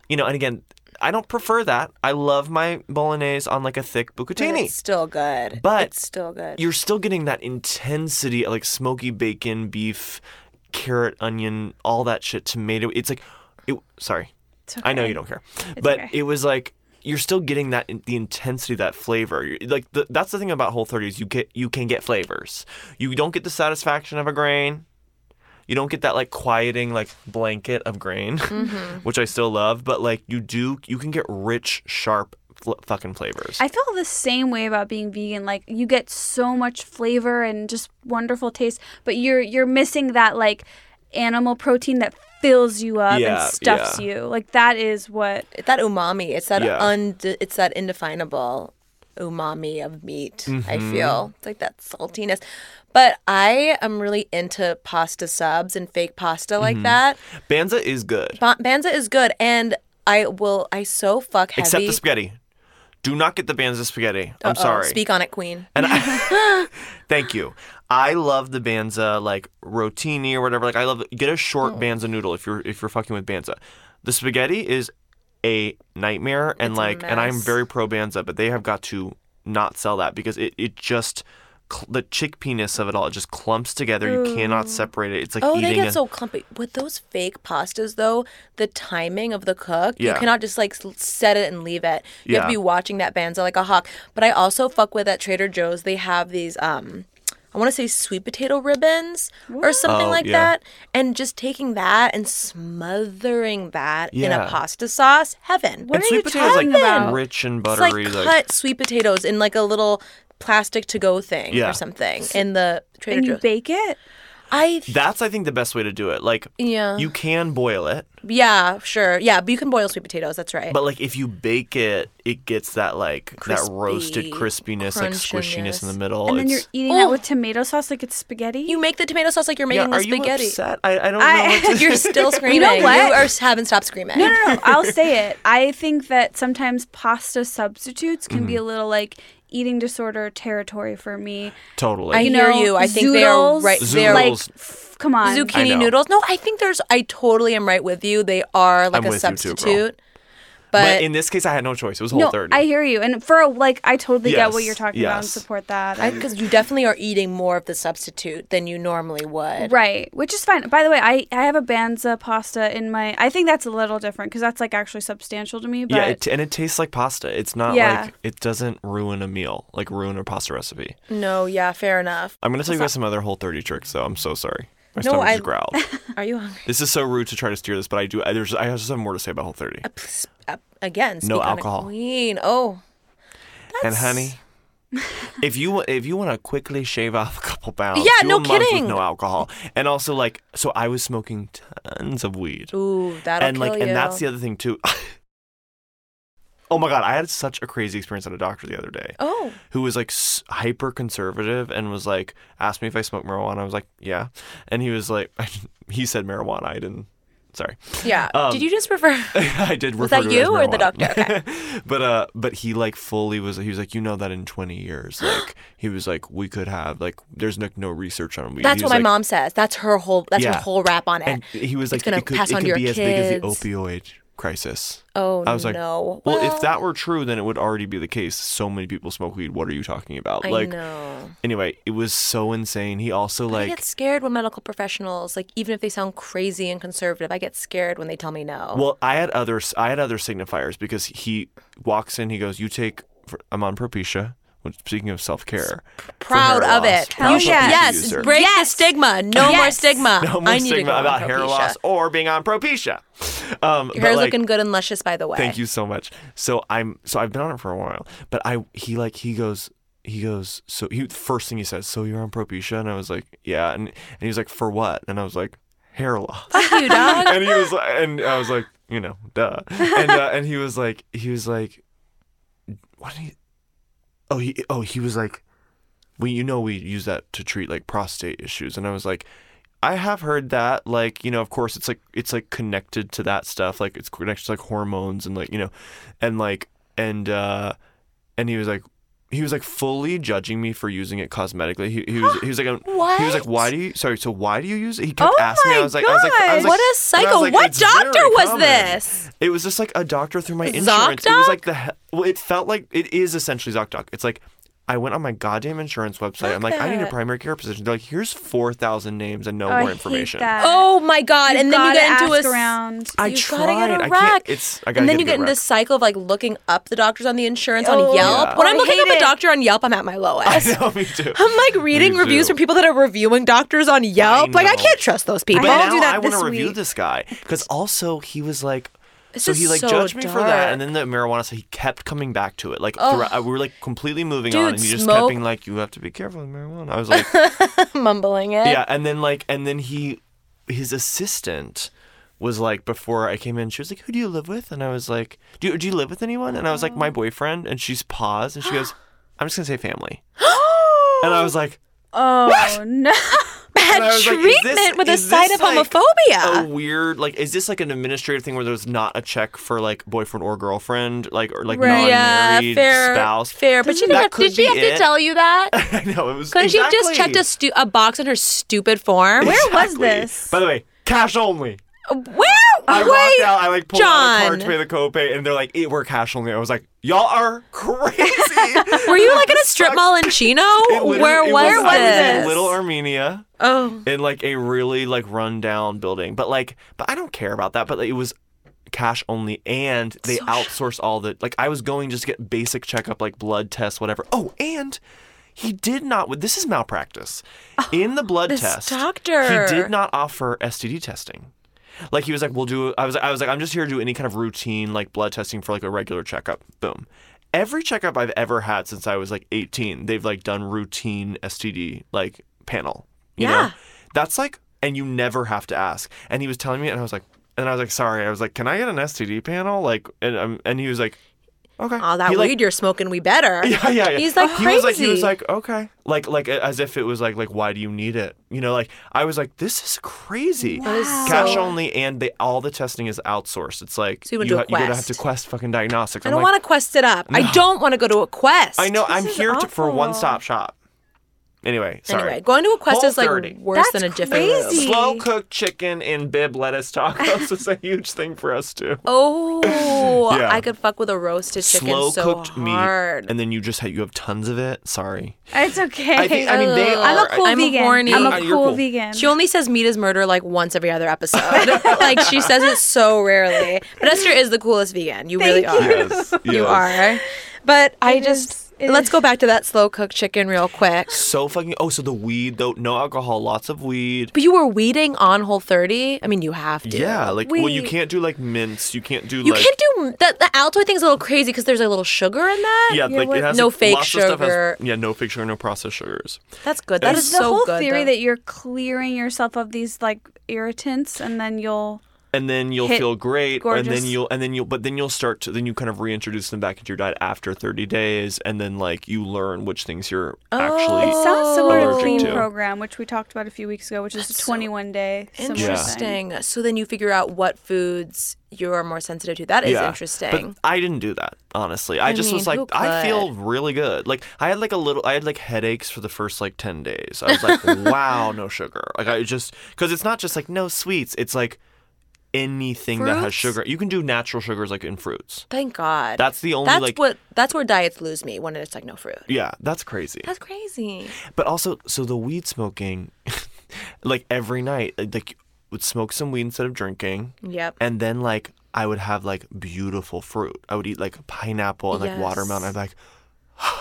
S4: you know and again I don't prefer that I love my bolognese on like a thick
S5: But
S4: bucatini
S5: It's still good.
S4: But
S5: it's still good.
S4: you're still getting that intensity of like smoky bacon beef carrot onion all that shit tomato it's like it sorry I know you don't care but
S1: okay.
S4: it was like you're still getting that the intensity, that flavor. You're- Like the, that's the thing about Whole 30 is you get you can get flavors. You don't get the satisfaction of a grain. You don't get that like quieting like blanket of grain,
S1: Mm-hmm.
S4: which I still love. But like you do, you can get rich, sharp fl- fucking flavors.
S1: I feel the same way about being vegan. Like you get so much flavor and just wonderful taste, but you're you're missing that like animal protein that fills you up
S4: Yeah,
S1: and stuffs
S4: yeah.
S1: you. Like that is what
S5: It's that umami. It's that
S4: Yeah.
S5: und- It's that indefinable umami of meat. I
S4: Mm-hmm.
S5: feel it's like that saltiness. But I am really into pasta subs and fake pasta like
S4: Mm-hmm.
S5: that.
S4: Banza is good,
S5: Ba- Banza is good, and I will. I so fuck heavy.
S4: except the spaghetti. Do not get the Banza spaghetti. I'm
S5: Uh-oh,
S4: sorry.
S5: Speak on it, Queen.
S4: And I, thank you. I love the Banza like rotini or whatever. Like I love get a
S5: Oh.
S4: short Banza noodle if you're if you're fucking with Banza. The spaghetti is a nightmare and
S5: It's a
S4: like and I'm
S5: mess.
S4: very pro Banza, but they have got to not sell that because it it just cl- the chickpea-ness of it all it just clumps together. You cannot separate it. It's like
S5: Oh,
S4: eating
S5: they
S4: a,
S5: get so clumpy. With those fake pastas, though, the timing of the cook,
S4: Yeah.
S5: you cannot just like s- set it and leave it. You have to
S4: Yeah.
S5: be watching that banza like a hawk. But I also fuck with at Trader Joe's, they have these, um, I want to say sweet potato ribbons or something
S4: Oh,
S5: like
S4: yeah.
S5: that. And just taking that and smothering that in
S4: Yeah.
S5: a pasta sauce, heaven.
S1: What
S4: and
S1: are
S4: sweet
S1: you
S4: potatoes like
S1: talking about?
S4: rich and
S5: It's
S4: buttery
S5: like cut sweet potatoes in like a little plastic to go thing
S4: Yeah.
S5: or something in the Trader
S1: and you
S5: Joe's.
S1: bake it.
S5: I
S4: that's I think the best way to do it. Like
S5: Yeah.
S4: you can boil it.
S5: Yeah, sure. Yeah, but you can boil sweet potatoes. That's right.
S4: But like if you bake it, it gets that like that roasted
S5: Crispy,
S4: crispiness, like squishiness in
S5: crunchiness.
S4: the middle.
S1: And then you're
S4: It's-
S1: eating that
S5: Oh.
S1: with tomato sauce like it's spaghetti.
S5: you make the tomato sauce like you're
S4: yeah,
S5: making
S4: are
S5: the spaghetti.
S4: you upset? I, I don't know.
S1: I-
S4: what to-
S5: are still screaming.
S1: know what?
S5: You are, haven't stopped screaming.
S1: No, no, no. I'll say it. I think that sometimes pasta substitutes can
S4: Mm-hmm.
S1: be a little like eating disorder territory for me.
S4: totally.
S5: I-
S1: You
S5: hear
S1: know,
S5: you. I think they are
S1: zoodles,
S5: right- they are-
S1: Like,
S4: Zoodles.
S1: f- come on.
S4: I
S5: Zucchini
S4: know.
S5: noodles. No, I think there's. I totally am right with you. They are like
S4: I'm
S5: a
S4: with you too, girl.
S5: substitute.
S4: but,
S5: but
S4: in this case, I had no choice. It was whole
S1: No,
S4: thirty.
S1: I hear you. And for like, I totally get what
S4: Yes,
S1: you're talking about and
S4: yes.
S1: support that. and-
S5: because you definitely are eating more of the substitute than you normally would.
S1: Right, which is fine. By the way, I, I have a banza pasta in my. I think that's a little different because that's like actually substantial to me. But
S4: yeah, it, and it tastes like pasta. It's not
S1: Yeah.
S4: like it doesn't ruin a meal, like ruin a pasta recipe.
S5: No, yeah, fair enough.
S4: I'm gonna tell you guys some other whole thirty tricks, though. I'm so sorry. My
S5: No,
S4: stomach
S5: I-
S4: just growled.
S5: Are you hungry?
S4: this is so rude to try to steer this, but I do. I, there's I have some more to say about whole thirty.
S5: Uh, Again,
S4: No
S5: speak on it,
S4: alcohol.
S5: Queen. Oh,
S4: And honey, if you if you want to quickly shave off a couple pounds,
S5: Yeah,
S4: do
S5: no
S4: a month
S5: kidding.
S4: With no alcohol, and also like so, I was smoking tons of weed,
S5: ooh, that'll
S4: and
S5: kill
S4: like
S5: you.
S4: and that's the other thing too. oh my god, I had such a crazy experience at a doctor the other day
S5: oh,
S4: who was like hyper conservative and was like asked me if I smoked marijuana. I was like, yeah, and he was like, he said marijuana. I didn't. Sorry.
S5: yeah.
S4: Um,
S5: Did you just refer?
S4: I did.
S5: Was
S4: refer to
S5: that
S4: it as
S5: you or the
S4: marijuana.
S5: doctor?
S4: but uh, but he like fully was. He was like, you know that in twenty years, like he was like, we could have like, there's like no research on weed.
S5: That's
S4: He
S5: what
S4: was
S5: my
S4: like-
S5: mom says. That's her whole. That's
S4: Yeah.
S5: her whole rap on it.
S4: And he was like,
S5: it's gonna
S4: it could,
S5: pass
S4: it
S5: on
S4: could
S5: to your
S4: be
S5: kids.
S4: as big as the opioid crisis.
S5: Oh
S4: I was like,
S5: no!
S4: well, if that were true, then it would already be the case. So many people smoke weed. What are you talking about?
S5: I
S4: like,
S5: know.
S4: anyway, it was so insane. He also
S5: I
S4: like,
S5: get scared when medical professionals, like even if they sound crazy and conservative, I get scared when they tell me no.
S4: Well, I had other I had other signifiers because he walks in. He goes, "You take I'm on Propecia." Which, speaking of self care,
S5: proud of it.
S1: Hell
S5: You should-
S1: yeah.
S5: yes, break the stigma. No more
S1: Yes.
S5: stigma.
S4: No more
S5: I need to
S4: stigma
S5: go on
S4: about hair
S5: Propecia.
S4: loss or being on Propecia. Um,
S5: Your
S4: but,
S5: hair's
S4: like,
S5: looking good and luscious, by the way.
S4: Thank you so much. So I'm so I've been on it for a while, but I he like he goes he goes so he first thing he says so you're on Propecia and I was like yeah and and he was like for what and I was like hair loss
S5: Thank you, dog.
S4: and he was like, and I was like, you know, duh. And uh, and he was like, he was like, what? Did he, oh, he oh he was like, we you know we use that to treat like prostate issues, and I was like. I have heard that, like you know, of course, it's like it's like connected to that stuff, like it's connected to like hormones and like you know, and like and uh, and he was like, he was like fully judging me for using it cosmetically. He, he was he was like, um, he was like, why do you? Sorry, so why do you use it? He kept
S1: Oh
S4: asking me. I
S1: my
S4: was like, I was like, I was
S1: God.
S4: like,
S5: What a
S4: and I
S5: psycho!
S4: was like,
S5: what
S4: "It's
S5: doctor
S4: very
S5: was
S4: common."
S5: this?
S4: It was just like a doctor through my insurance. It was like the he- well, it felt like it is essentially ZocDoc. It's like I went on my goddamn insurance website. I'm like, I need a
S5: that.
S4: primary care physician. They're like, here's four thousand names and no
S1: I
S4: more
S1: hate
S4: information.
S1: that.
S5: Oh my god! and then
S1: gotta
S5: you get into
S1: ask
S5: a s-
S1: around.
S4: I
S5: you
S4: tried.
S5: gotta get a
S4: I
S5: rec.
S4: can't. It's I gotta
S5: and then
S4: a
S5: you get in
S4: good
S5: this cycle of like looking up the doctors on the insurance
S1: Oh,
S5: on Yelp.
S4: yeah.
S5: When
S1: Oh,
S5: I'm
S1: I
S5: looking up
S1: hate
S5: a
S1: it.
S5: doctor on Yelp, I'm at my lowest.
S4: rec. No, Oh, me too.
S5: I'm like reading
S4: Me
S5: reviews
S4: too.
S5: from people that are reviewing doctors on Yelp. like I
S4: know.
S5: can't trust those people.
S4: But
S1: I had
S4: now
S1: to do that
S4: I want
S1: this
S4: to review
S1: week.
S4: this guy because also he was like, so
S5: is
S4: he like
S5: so
S4: judged me for that, and
S5: dark.
S4: then the marijuana. So he kept coming back to it. Like throughout, we were like completely moving on,
S5: Dude,
S4: and he just kept
S5: smoke-
S4: being like, "You have to be careful with marijuana." I was like,
S5: mumbling it.
S4: "Yeah," and then like, and then he, his assistant. Was like before I came in, she was like, "Who do you live with?" And I was like, "Do you, do you live with anyone?" And I was like, "My boyfriend." And she's paused and she goes, "I'm just gonna say family." and I was like,
S1: Oh no.
S4: And I
S5: Bad
S4: was like,
S5: treatment
S4: is this-
S5: with a
S4: is
S5: side
S4: this,
S5: of
S4: like, A
S5: homophobia.
S4: weird, like, is this like an administrative thing where there's not a check for like boyfriend or girlfriend, like or like
S1: Right.
S5: yeah,
S4: non-married
S5: fair,
S4: spouse?
S5: fair. But she didn't
S4: That
S5: have,
S4: could
S5: did she
S4: be
S5: have
S4: it.
S5: to tell you that?
S4: I know it was.
S5: Couldn't she have just
S4: exactly.
S5: checked a, stu- a box on her stupid form? Where?
S1: Where was
S4: Exactly.
S1: this?
S4: By the way, cash only.
S5: Where?
S4: I walked
S5: Wait,
S4: out. I like pulled out a card to
S5: John.
S4: pay the copay, and they're like, "It we're cash only." I was like, "Y'all are crazy."
S5: were you like in a strip mall in Chino?
S4: It literally-
S5: Where
S4: it
S5: was,
S4: was, I was
S5: this?
S4: in Little Armenia.
S5: oh,
S4: in like a really like rundown building. But like, but I don't care about that. But like, it was cash only, and they outsource all the like. I was going just to get basic checkup, like blood tests, whatever. Oh, and he did not. This is malpractice. in the blood
S5: Oh, this
S4: test,
S5: doctor.
S4: he did not offer STD testing. Like he was like, we'll do. I was I was like, I'm just here to do any kind of routine like blood testing for like a regular checkup. Boom. Every checkup I've ever had since I was like 18, they've like done routine STD like panel. You know,
S5: Yeah.
S4: that's like, and you never have to ask. And he was telling me, and I was like, and I was like, sorry. I was like, can I get an STD panel? Like, and um, and he was like, okay.
S5: Oh, that
S4: He,
S5: weed
S4: like,
S5: you're smoking, we better.
S4: yeah, yeah, yeah.
S5: He's, like,
S4: he was like, he was
S5: crazy.
S4: like, okay, like, like as if it was like, like, why do you need it? You know, like I was like, this is crazy. Cash only, and they all the testing is outsourced. It's like
S5: So you went
S4: you,
S5: to a
S4: you're gonna have
S5: quest.
S4: to quest fucking diagnostics.
S5: I don't want to quest it up. I don't want to go to a quest.
S4: I know. I'm
S1: is
S4: here to, for
S1: awful.
S4: one stop shop. Anyway, sorry.
S5: Anyway, going to a quest
S4: Whole
S5: is like
S4: 30.
S5: worse than a
S1: That's
S5: different room.
S1: crazy.
S4: Slow cooked chicken and bib lettuce tacos is a huge thing for us too.
S5: Oh,
S4: Yeah.
S5: I could fuck with a roasted chicken
S4: Slow
S5: so
S4: cooked
S5: hard.
S4: meat, and then you just have, you have tons of it. Sorry.
S1: It's okay.
S4: I think I mean they
S5: Ugh.
S4: are.
S1: I'm a cool
S5: I'm
S1: vegan.
S5: horny.
S1: I'm
S4: Uh,
S1: a
S4: you're
S1: cool,
S4: cool.
S1: vegan.
S5: she only says meat is murder like once every other episode. like she says it so rarely. But Esther is the coolest vegan. You really
S1: Thank
S5: are.
S4: yes,
S5: You
S4: yes.
S5: are. But I
S1: It
S5: just
S1: is- it
S5: let's
S1: is-
S5: go back to that slow cooked chicken real quick.
S4: So fucking. Oh, so the weed though, no alcohol, lots of weed.
S5: But you were weeding on Whole 30. I mean, you have to.
S4: Yeah, like well, you
S1: We-
S4: can't do like mints. You can't do
S5: You
S4: like
S5: can't do that. The Altoid thing's a little crazy because there's a little sugar in that.
S4: yeah, like it
S1: what-
S4: has
S5: No
S4: like,
S5: fake
S4: lots of stuff has-
S5: sugar.
S4: yeah, no fake sugar, no processed sugars.
S5: That's good. That
S4: It's-
S5: is
S1: the
S5: so
S1: whole
S5: good.
S1: theory
S5: though.
S1: that you're clearing yourself of these like irritants, and then you'll
S4: And then you'll
S1: Hit
S4: feel great, and
S1: gorgeous.
S4: then you'll and then you'll but then you'll start to then you kind of reintroduce them back into your diet after 30 days, and then like you learn which things you're actually.
S5: Oh,
S1: It sounds similar to
S4: Allergic
S1: Clean
S4: to.
S1: Program, which we talked about a few weeks ago, which is a 21 day. similar thing.
S5: Interesting. So then you figure out what foods you are more sensitive to. That is
S4: yeah,
S5: interesting.
S4: But I didn't do that, honestly. I, just
S5: mean,
S4: was like,
S5: who
S4: I
S5: could?
S4: feel really good. Like I had like a little, I had like headaches for the first like ten days. I was like, wow, no sugar. Like I just because it's not just like no sweets. It's like anything that has
S5: Fruits?
S4: sugar. You can do natural sugars like in fruits.
S5: Thank God.
S4: That's the only
S5: that's
S4: like.
S5: what that's where diets lose me when it's like no fruit.
S4: yeah, that's crazy.
S5: That's crazy.
S4: But also, so the weed smoking, like every night, like would smoke some weed instead of drinking.
S5: Yep.
S4: And then like I would have like beautiful fruit. I would eat like pineapple and like watermelon. I'd be like,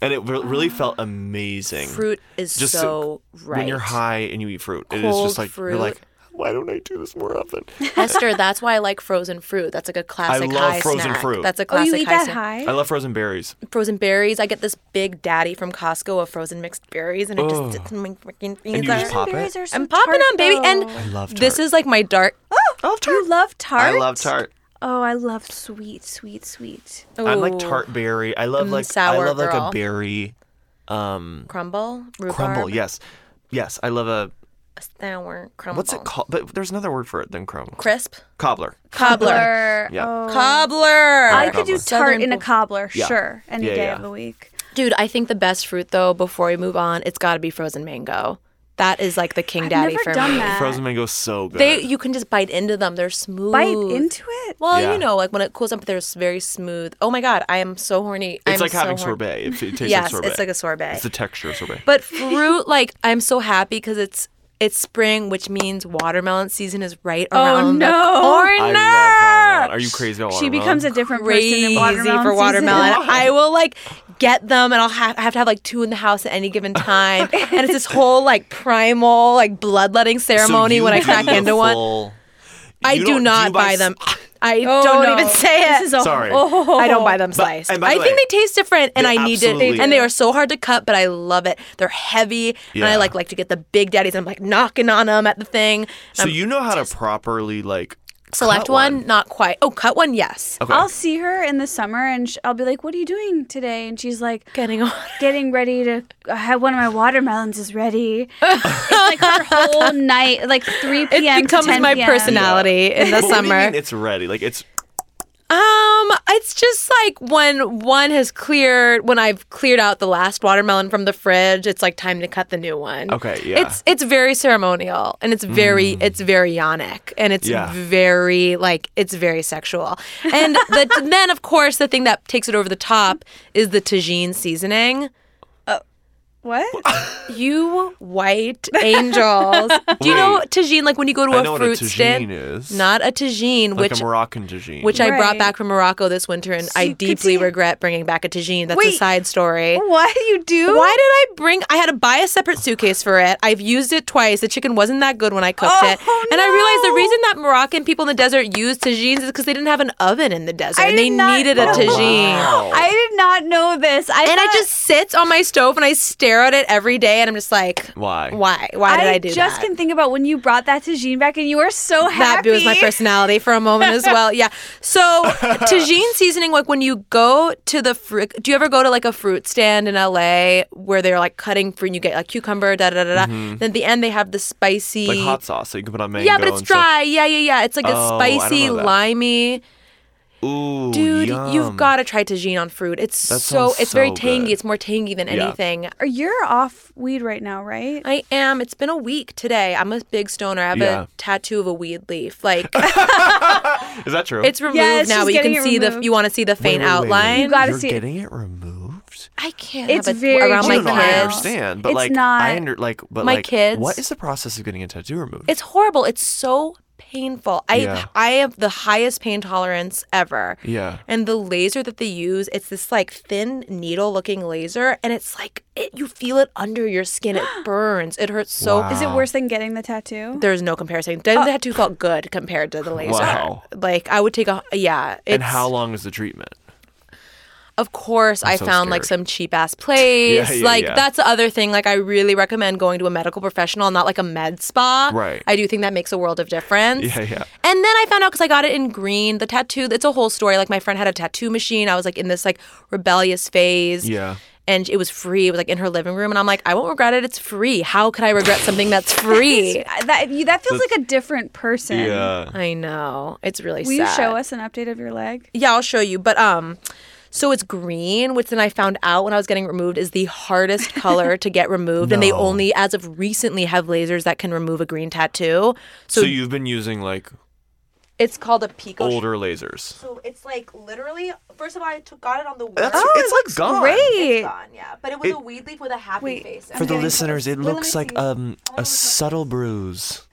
S4: and it re- really felt amazing.
S5: fruit is
S4: Just
S5: so right.
S4: when you're high and you eat fruit, it is
S5: Cold
S4: just like
S5: fruit.
S4: you're like, why don't I do this more often?
S5: Esther, that's why I like frozen fruit. That's like a classic
S4: love
S5: high
S4: frozen
S5: snack.
S4: fruit.
S5: That's a
S1: Oh,
S5: classic
S1: you eat
S5: high
S1: that
S5: snack.
S1: high?
S4: I love frozen berries.
S5: Frozen berries. I get this big daddy from Costco of frozen mixed berries, and I just dip in my freaking
S4: And
S5: fingers.
S4: you just pop
S1: Berries
S4: it.
S1: are so
S5: I'm popping
S1: tart,
S5: on, baby, and
S1: though.
S4: I love
S5: this
S4: tart.
S5: is like my dark.
S1: I love tart. You love tart.
S4: I love tart.
S1: Oh, I love sweet, sweet, sweet.
S4: I like
S5: Ooh.
S4: tart berry. I love
S5: Mm,
S4: like I
S5: sour
S4: love like a
S5: girl.
S4: berry
S5: crumble, rhubarb,
S4: crumble. Yes, yes. I love a
S5: sour crumble.
S4: What's it called? But there's another word for it than crumb.
S5: Crisp
S4: Cobbler.
S5: cobbler.
S1: Or-
S4: Yeah.
S1: oh.
S5: Cobbler.
S1: I could do
S5: Southern
S1: tart in a
S5: bull-
S1: cobbler,
S4: Yeah.
S1: sure, any
S4: Yeah,
S1: day
S4: yeah.
S1: of the week.
S5: Dude, I think the best fruit though. Before we move on, it's got to be frozen mango. That is like the king daddy
S1: never
S5: for
S1: done
S5: me.
S1: that.
S4: Frozen mango's so good.
S5: Uh, They you can just bite into them. They're smooth.
S1: Bite into it.
S5: Well,
S4: Yeah.
S5: you know, like when it cools up, they're s- very smooth. Oh my god, I am so horny.
S4: it's
S5: I'm
S4: like
S5: so
S4: having
S5: horny.
S4: sorbet. It, it tastes like
S5: Yes,
S4: sorbet.
S5: it's like a sorbet.
S4: It's the texture of sorbet.
S5: But fruit, like I'm so happy because it's it's spring, which means watermelon season is right around
S1: Oh, no.
S5: the
S4: I
S5: corner.
S4: love watermelon. Are you crazy about
S1: She
S4: watermelon?
S1: becomes a different person
S5: Crazy
S1: in watermelon
S5: for watermelon.
S1: season.
S5: I will like get them, and I'll have I have to have like two in the house at any given time. and it's this whole like primal like bloodletting
S4: So
S5: ceremony
S4: you
S5: when I
S4: do
S5: crack
S4: the
S5: into one.
S4: full-
S5: I
S4: You
S5: do
S4: don't- you
S5: not buy
S4: s-
S5: them. I
S1: Oh,
S5: don't
S1: no.
S5: even say it.
S1: This is a-
S4: Sorry.
S1: Oh.
S5: I don't buy them sliced.
S4: and by
S5: I
S4: the
S5: think
S4: way-
S5: they taste different, and
S4: They
S5: I need
S4: absolutely
S5: it. And they
S4: do.
S5: are so hard to cut, but I love it. They're heavy, and
S4: Yeah.
S5: I like like to get the big daddies. I'm like knocking on them at the thing.
S4: So you know how to properly like
S5: Um, Select
S4: cut
S5: one, not quite. Oh, cut one, yes.
S4: Okay.
S1: I'll see her in the summer and sh- I'll be like, "What are you doing today?" And she's like,
S5: Getting on.
S1: "Getting ready to I have one of my watermelons is ready." it's like her whole night, like three
S5: It
S1: p.m. to
S5: becomes
S1: 10
S5: my
S1: p.m.
S5: personality in the
S4: But what do you
S5: summer.
S4: mean it's ready. Like it's
S5: Um, it's just like when one has cleared, when I've cleared out the last watermelon from the fridge, it's like time to cut the new one.
S4: Okay, yeah. Mm.
S5: It's it's very ceremonial and it's very it's very yonic and it's
S4: Yeah.
S5: very like it's very sexual. And the, then of course the thing that takes it over the top is the tagine seasoning.
S1: What?
S5: You white angels. Do you know tagine like when you go to
S4: I
S5: a
S4: know what a
S5: fruit
S4: tagine
S5: stand?
S4: is.
S5: Not a tagine,
S4: like
S5: which
S4: a Moroccan tagine.
S5: which I
S1: Right.
S5: brought back from Morocco this winter, and I
S1: could see-
S5: deeply regret bringing back a tagine. That's a
S1: Wait. Oh,
S5: side story.
S1: What you do?
S5: Why did I bring? I had to buy a separate suitcase for it. I've used it twice. The chicken wasn't that good when I cooked it,
S1: Oh,
S5: and I realized
S1: no.
S5: the reason that Moroccan people in the desert use tagines is because they didn't have an oven in the desert,
S1: I
S5: and they
S1: did not
S5: needed a
S1: know.
S5: tagine.
S4: Wow.
S1: I did not know this. I
S5: And I
S1: thought-
S5: just sits on my stove and I stare at it every day, and I'm just like,
S4: Why?
S5: Why? Why did I, do
S1: just
S5: that?
S1: can think about when you brought that tagine back, and you were so
S5: that
S1: happy.
S5: was my personality for a moment as well. Yeah. So tagine seasoning, like when you go to the fruit, do you ever go to like a fruit stand in LA where they're like cutting fruit and you get like cucumber, da da da da. Then at the end they have the spicy.
S4: Mm-hmm. like hot sauce that you can put on mango.
S5: yeah, but it's
S4: and stuff.
S5: dry. Yeah, yeah, yeah. It's like a
S4: Oh, I don't
S5: spicy,
S4: know that.
S5: limey.
S4: Ooh,
S5: Dude,
S4: yum.
S5: you've got to try tagine on fruit. It's
S4: That
S5: so,
S4: sounds
S5: it's very
S4: so
S5: tangy.
S4: good.
S5: It's more tangy than
S4: Yeah.
S5: anything.
S1: You're off weed right now, right?
S5: I am. It's been a week today. I'm a big stoner. I have
S4: Yeah.
S5: a tattoo of a weed leaf. Like,
S4: Is that true?
S5: It's removed
S1: Yes,
S5: now,
S1: she's
S5: but you
S1: getting
S5: can
S1: it
S5: see the
S1: removed.
S5: you want to see the faint
S4: Wait, wait, wait, wait.
S5: outline.
S1: You gotta
S4: You're
S1: see.
S4: getting it removed.
S5: I can't
S1: It's
S5: have it
S1: very
S5: around
S4: You
S5: my
S4: don't know, I
S1: juvenile.
S5: kids.
S4: understand, but
S1: It's
S4: like
S1: not-
S4: I under like, but
S5: My
S4: like,
S5: kids-
S4: What is the process of getting a tattoo removed?
S5: It's horrible. It's so painful. I
S4: Yeah.
S5: I have the highest pain tolerance ever.
S4: Yeah.
S5: And the laser that they use, it's this like thin needle looking laser and it's like it, you feel it under your skin. It burns. It hurts so
S4: Wow.
S1: Is it worse than getting the tattoo?
S5: There's no comparison. The tattoo felt good compared to the laser.
S4: Wow.
S5: Like I would take a yeah. It's,
S4: and how long is the treatment?
S5: Of course, i
S4: so
S5: found like
S4: scared.
S5: some cheap ass place.
S4: Yeah, yeah,
S5: like
S4: yeah.
S5: that's the other thing. Like I really recommend going to a medical professional, not like a med spa.
S4: Right.
S5: I do think that makes a world of difference.
S4: Yeah, yeah.
S5: And then I found out because I got it in green. The tattoo. It's a whole story. Like my friend had a tattoo machine. I was like in this like rebellious phase.
S4: Yeah.
S5: And it was free. It was like in her living room, and I'm like, I won't regret it. It's free. How could I regret something that's free?
S1: I- uh, That you, that feels like a different person.
S5: I know. It's really.
S1: Will you
S5: sad.
S1: show us an update of your leg?
S5: Yeah, I'll show you. But um, so it's green, which then I found out when I was getting removed is the hardest color to get removed, and they
S4: No.
S5: only, as of recently, have lasers that can remove a green tattoo. So,
S4: So you've been using like
S5: it's called a pico.
S4: older lasers.
S5: So it's like literally. First of all, I took, got Oh, it on the.
S4: That's,
S5: web.
S4: it's like gone.
S1: Great.
S5: yeah, but it
S4: was a It-
S5: weed leaf with a happy face.
S4: For the listeners, it looks like um a subtle bruise.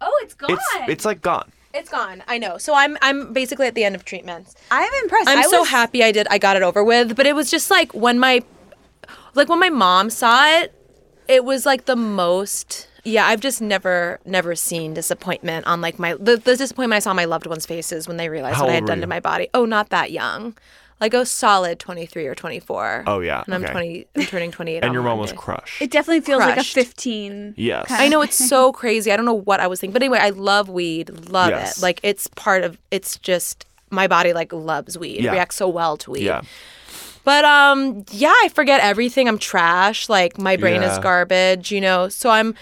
S5: Oh, it's gone.
S4: It's it's like gone.
S5: it's gone. I know. So I'm I'm basically at the end of treatments.
S1: I'm impressed.
S5: I'm
S1: I
S5: so
S1: was-
S5: happy I did. I got it over with. But it was just like when my, like when my mom saw it, it was like the most. Yeah, I've just never, never seen disappointment on like my the, the disappointment I saw on my loved ones' faces when they realized
S4: How
S5: what
S4: old
S5: I had
S4: were
S5: done to
S4: you?
S5: my body. Oh, not that young, like a solid twenty three or twenty four.
S4: Oh, yeah,
S5: and I'm
S4: okay.
S5: twenty. I'm turning twenty eight.
S4: And your mom was crushed.
S1: It definitely feels like a
S5: crushed.
S1: 15.
S4: Yes.
S1: kind
S5: I know it's so crazy. I don't know what I was thinking, but anyway, I love weed. Love
S4: Yes.
S5: it. Like it's part of. It's just my body like loves weed. It
S4: Yeah.
S5: reacts so well to weed.
S4: yeah.
S5: But um, yeah, I forget everything. I'm trash. Like my brain is
S4: Yeah.
S5: garbage, you know. So I'm,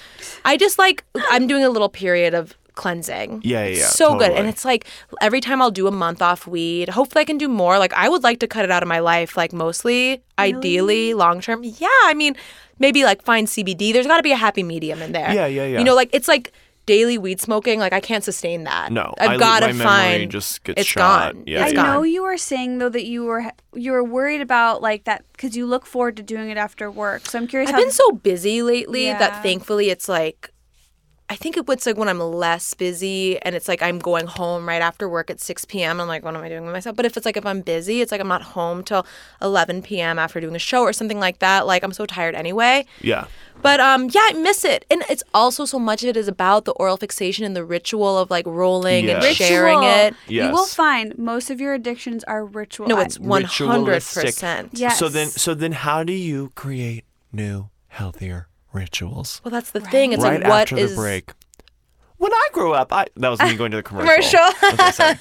S5: I just like I'm doing a little period of cleansing.
S4: Yeah, yeah,
S5: It's
S4: yeah,
S5: so good. And
S4: totally.
S5: it's like every time I'll do a month off weed, hopefully I can do more. Like I would like to cut it out of my life, like mostly, ideally, long term. Yeah, I mean, maybe like find CBD. There's got to be a happy medium in there.
S4: Yeah, yeah, yeah.
S5: You know, like it's like daily weed smoking. Like I can't sustain that.
S4: No, I
S5: I've
S4: lo-
S5: got to
S4: my memory
S5: find.
S4: just gets
S5: it's
S4: shot.
S5: gone.
S4: Yeah,
S5: It's
S1: I
S5: gone.
S1: know you were saying though that you were you were worried about like that because you look forward to doing it after work. So I'm curious.
S5: I've
S1: how,
S5: been so busy lately
S1: Yeah.
S5: that thankfully it's like I think it it's like when I'm less busy and it's like I'm going home right after work at 6 p.m. I'm like, what am I doing with myself? But if it's like if I'm busy, it's like I'm not home till 11 p.m. after doing a show or something like that. Like I'm so tired anyway.
S4: Yeah.
S5: But um, yeah, I miss it, and it's also so much of it is about the oral fixation and the ritual of like rolling and
S4: Yes.
S5: sharing it.
S1: You will
S4: Yes.
S1: find most of your addictions are ritual.
S5: No, it's one hundred
S4: Ritualistic.
S5: percent.
S1: Yeah.
S4: So then,
S1: Yes.
S4: so then, how do you create new, healthier rituals?
S5: Well, that's the thing. It's
S4: right
S5: like what
S4: after the
S5: is
S4: break. When I grew up, I that was me going to the commercial.
S5: Commercial.
S4: Okay, sorry.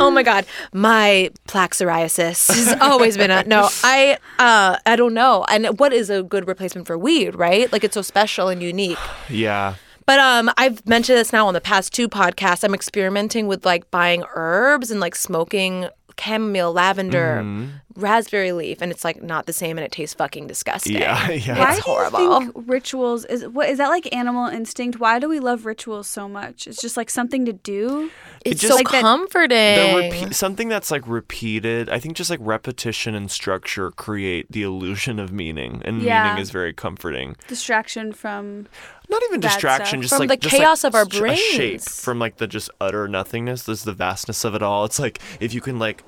S5: oh my god my plaque psoriasis has always been a no i uh i don't know and what is a good replacement for weed right like it's so special and unique
S4: yeah.
S5: but um i've mentioned this now on the past two podcasts i'm experimenting with like buying herbs and like smoking chamomile lavender
S4: Mm-hmm.
S5: raspberry leaf and it's like not the same and it tastes fucking disgusting
S4: Yeah, yeah.
S1: Why
S5: it's
S1: do you
S5: horrible
S1: think rituals is what is that like animal instinct? Why do we love rituals so much? It's just like something to do.
S5: it's
S4: just-
S5: so
S4: Like that-
S5: comforting
S4: The repeat, something that's like repeated. I think just like repetition and structure create the illusion of meaning, and
S1: Yeah.
S4: meaning is very comforting.
S1: Distraction from
S4: Not even
S1: Bad stuff.
S4: distraction, just
S5: uh, From
S4: like
S5: the
S4: just, like,
S5: chaos of our
S4: sh- a shape
S5: brains.
S4: from like the just utter nothingness. There's the vastness of it all. It's like if you can like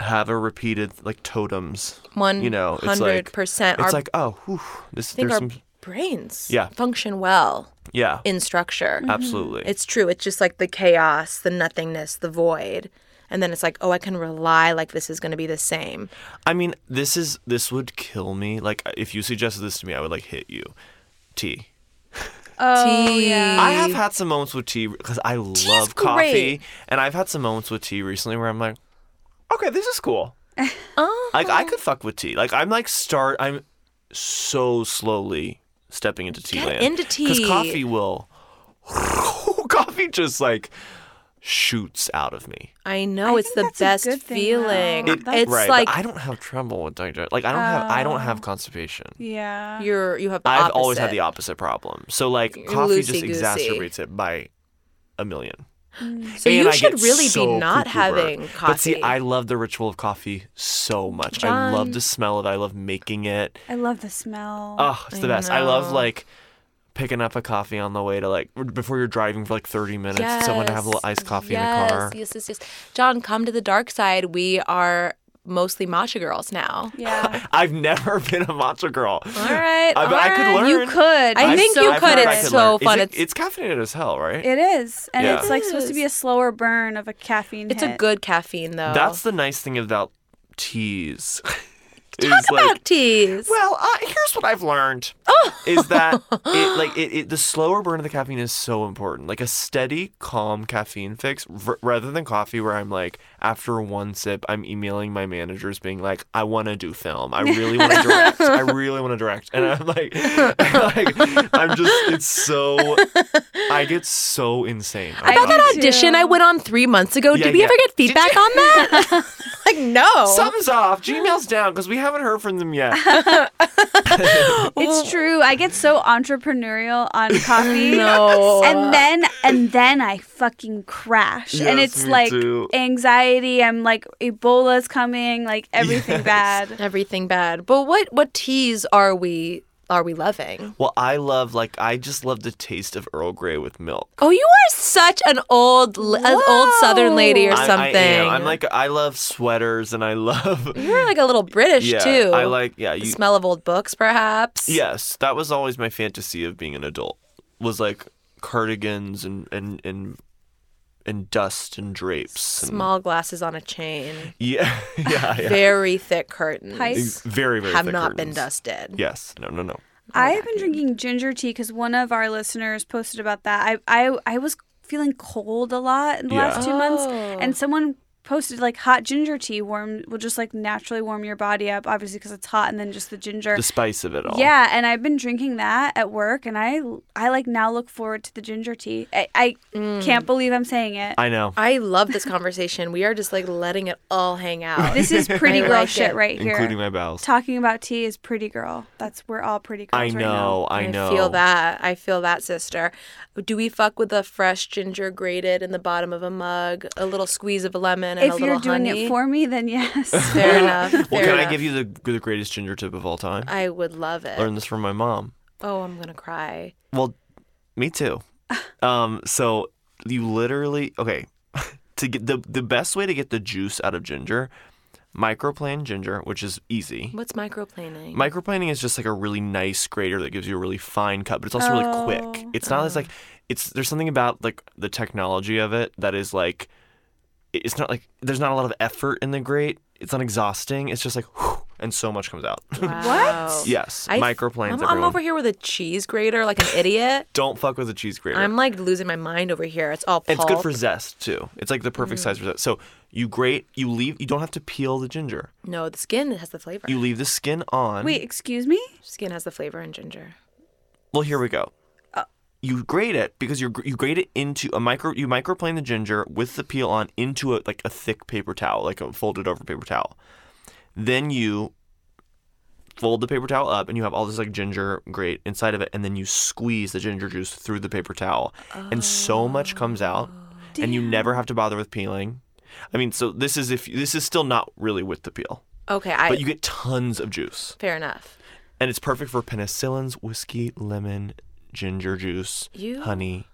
S4: have a repeated like totems. You know, it's like
S5: 100%
S4: It's
S5: our-
S4: like oh, whew, this
S5: I think
S4: there's
S5: our
S4: some
S5: brains
S4: Yeah.
S5: function well
S4: yeah,
S5: in structure
S4: absolutely.
S5: It's true. It's just like the chaos, the nothingness, the void. And then it's like, oh, I can rely like this is going to be the same.
S4: I mean, this is this would kill me. Like if you suggested this to me, I would like hit you. Tea.
S1: oh
S5: Tea.
S1: yeah.
S4: I have had some moments with tea because I love coffee,
S5: great.
S4: and I've had some moments with tea recently where I'm like, okay, this is cool. Like I could fuck with tea. Like I'm like start. I'm so slowly stepping into tea
S5: Get
S4: land.
S5: into
S4: because
S5: tea.
S4: coffee will. coffee just like shoots out of me.
S5: I know
S1: I
S5: it's
S1: think
S5: the
S1: that's a
S5: best
S1: good thing,
S5: feeling.
S1: though.
S4: It-
S5: it's
S4: right, but
S5: like Uh,
S4: I don't have trouble with digest. Like I don't have. I don't have constipation.
S1: yeah.
S5: you're you have. The
S4: I've always had
S5: opposite.
S4: the opposite problem. So like
S5: You're
S4: coffee just
S5: loosey-goosey.
S4: exacerbates it by a million.
S5: So
S4: And
S5: you
S4: I
S5: should
S4: get
S5: really
S4: so
S5: be not
S4: cuckoo
S5: having
S4: bird.
S5: coffee.
S4: But see, I love the ritual of coffee so much. I love the smell of it. I love making it.
S1: I love the smell.
S5: Ah.
S4: Oh, it's the best. I love like picking up a coffee on the way to like before you're driving for like 30 minutes. Someone to have a little iced coffee
S5: yes.
S4: in the car.
S5: Yes, yes, yes. John, come to the dark side. We are mostly matcha girls now.
S1: yeah.
S4: I've never been a matcha girl.
S5: All right,
S4: I, but
S5: all
S4: I could
S5: right.
S4: learn.
S1: You could.
S5: I
S4: I've-
S5: think you
S4: I've
S5: could.
S4: heard I
S5: It's so
S4: learn. Is
S5: fun.
S4: it-
S5: It's-
S4: it's caffeinated as hell, right?
S1: It is, and
S4: Yeah.
S1: it's like supposed to be a slower burn of a caffeine.
S5: It's
S1: hit.
S5: a good caffeine though.
S4: That's the nice thing about teas.
S5: talk about teas.
S4: Well, uh, here's what I've learned is that it, like it, it, the slower burn of the caffeine is so important. Like a steady, calm caffeine fix, r- rather than coffee, where I'm like after one sip, I'm emailing my managers, being like, "I want to do film. I really want to direct. I really want to direct." And I'm like, like, I'm just, it's so, I get so insane.
S5: I
S4: about
S5: thought that
S4: it.
S5: audition I went on three months ago.
S4: Yeah,
S5: Did we
S4: yeah.
S5: ever get
S4: Did you-
S5: feedback on that? like, no.
S4: Something's off. Gmail's down because we haven't heard from them yet.
S5: Oh.
S1: It's true. I get so entrepreneurial on coffee.
S5: No.
S1: And then and then I fucking crash. and
S4: Yes,
S1: it's
S4: me
S1: like
S4: too.
S1: anxiety, I'm like Ebola's coming, like everything bad.
S5: Everything bad. But what what teas are we are we loving?
S4: Well, I love like I just love the taste of Earl Grey with milk.
S5: Oh, you are such an old l- an old Southern lady or
S4: I-
S5: something.
S4: I, am. I'm like I love sweaters and I love
S5: you're like a little British
S4: yeah.
S5: too.
S4: I like yeah.
S5: the
S4: You,
S5: smell of old books, perhaps.
S4: yes, that was always my fantasy of being an adult. Was like cardigans and and and and dust and drapes. And,
S5: Small glasses on a chain,
S4: yeah, yeah, yeah.
S5: very thick curtains.
S1: Pipes.
S4: Very very.
S5: have
S4: thick
S5: not been
S4: curtains.
S5: dusted.
S4: Yes. No. No. No.
S1: I've been drinking ginger tea because one of our listeners posted about that. I I, I was feeling cold a lot in the
S4: Yeah.
S1: last two months,
S5: Oh.
S1: and someone posted like hot ginger tea warm will just like naturally warm your body up, obviously because it's hot, and then just the ginger.
S4: The spice of it all.
S1: Yeah, and I've been drinking that at work, and I I like now look forward to the ginger tea. I, I can't believe I'm saying it.
S4: Mm. I know.
S5: I love this conversation. We are just like letting it all hang out.
S1: this is pretty
S5: I
S1: girl
S5: like
S1: shit
S5: it.
S1: right here.
S4: Including my bowels.
S1: Talking about tea is pretty girl. That's we're all pretty girls.
S4: I
S1: Right now.
S4: know. I know.
S5: feel that. I feel that, sister. Do we fuck with the fresh ginger grated in the bottom of a mug, a little squeeze of a lemon, and a
S1: if
S5: little
S1: you're doing
S5: honey?
S1: it for me, then yes.
S5: Fair enough.
S4: Well,
S5: fair
S4: can I
S5: enough. Uh,
S4: give you the, the greatest ginger tip of all time?
S5: I would love it.
S4: Learned this from my mom.
S5: Oh, I'm gonna cry.
S4: Well, me too. Um, so you literally okay to get the the best way to get the juice out of ginger, microplane ginger, which is easy.
S5: What's microplaning?
S4: Microplaning is just like a really nice grater that gives you a really fine cut, but it's also really quick.
S1: Oh.
S4: It's not as like it's there's something about like the technology of it that is like it's not like there's not a lot of effort in the grate. It's not exhausting. It's just like whew, and so much comes out.
S5: Wow.
S4: yes,
S5: I-
S4: microplanes.
S5: I'm,
S4: everyone.
S5: I'm over here with a cheese grater, like an idiot.
S4: Don't fuck with a cheese grater.
S5: I'm like losing my mind over here. It's all
S4: And
S5: pulp.
S4: It's good for zest too. It's like the perfect size for zest. So you grate, you leave, you don't have to peel the ginger.
S5: no. The skin has the flavor.
S4: You leave the skin on.
S1: Wait, excuse me.
S5: skin has the flavor in ginger.
S4: Well, here we go. You grate it because you you grate it into a micro. You microplane the ginger with the peel on into a like a thick paper towel, like a folded over paper towel. Then you fold the paper towel up, and you have all this like ginger grate inside of it, and then you squeeze the ginger juice through the paper towel, and so much comes out, and you never have to bother with peeling. I mean, so this is if this is still not really with the peel,
S5: Okay, I.
S4: but you get tons of juice.
S5: fair enough.
S4: And it's perfect for penicillins, whiskey, lemon, ginger juice,
S5: You-
S4: honey.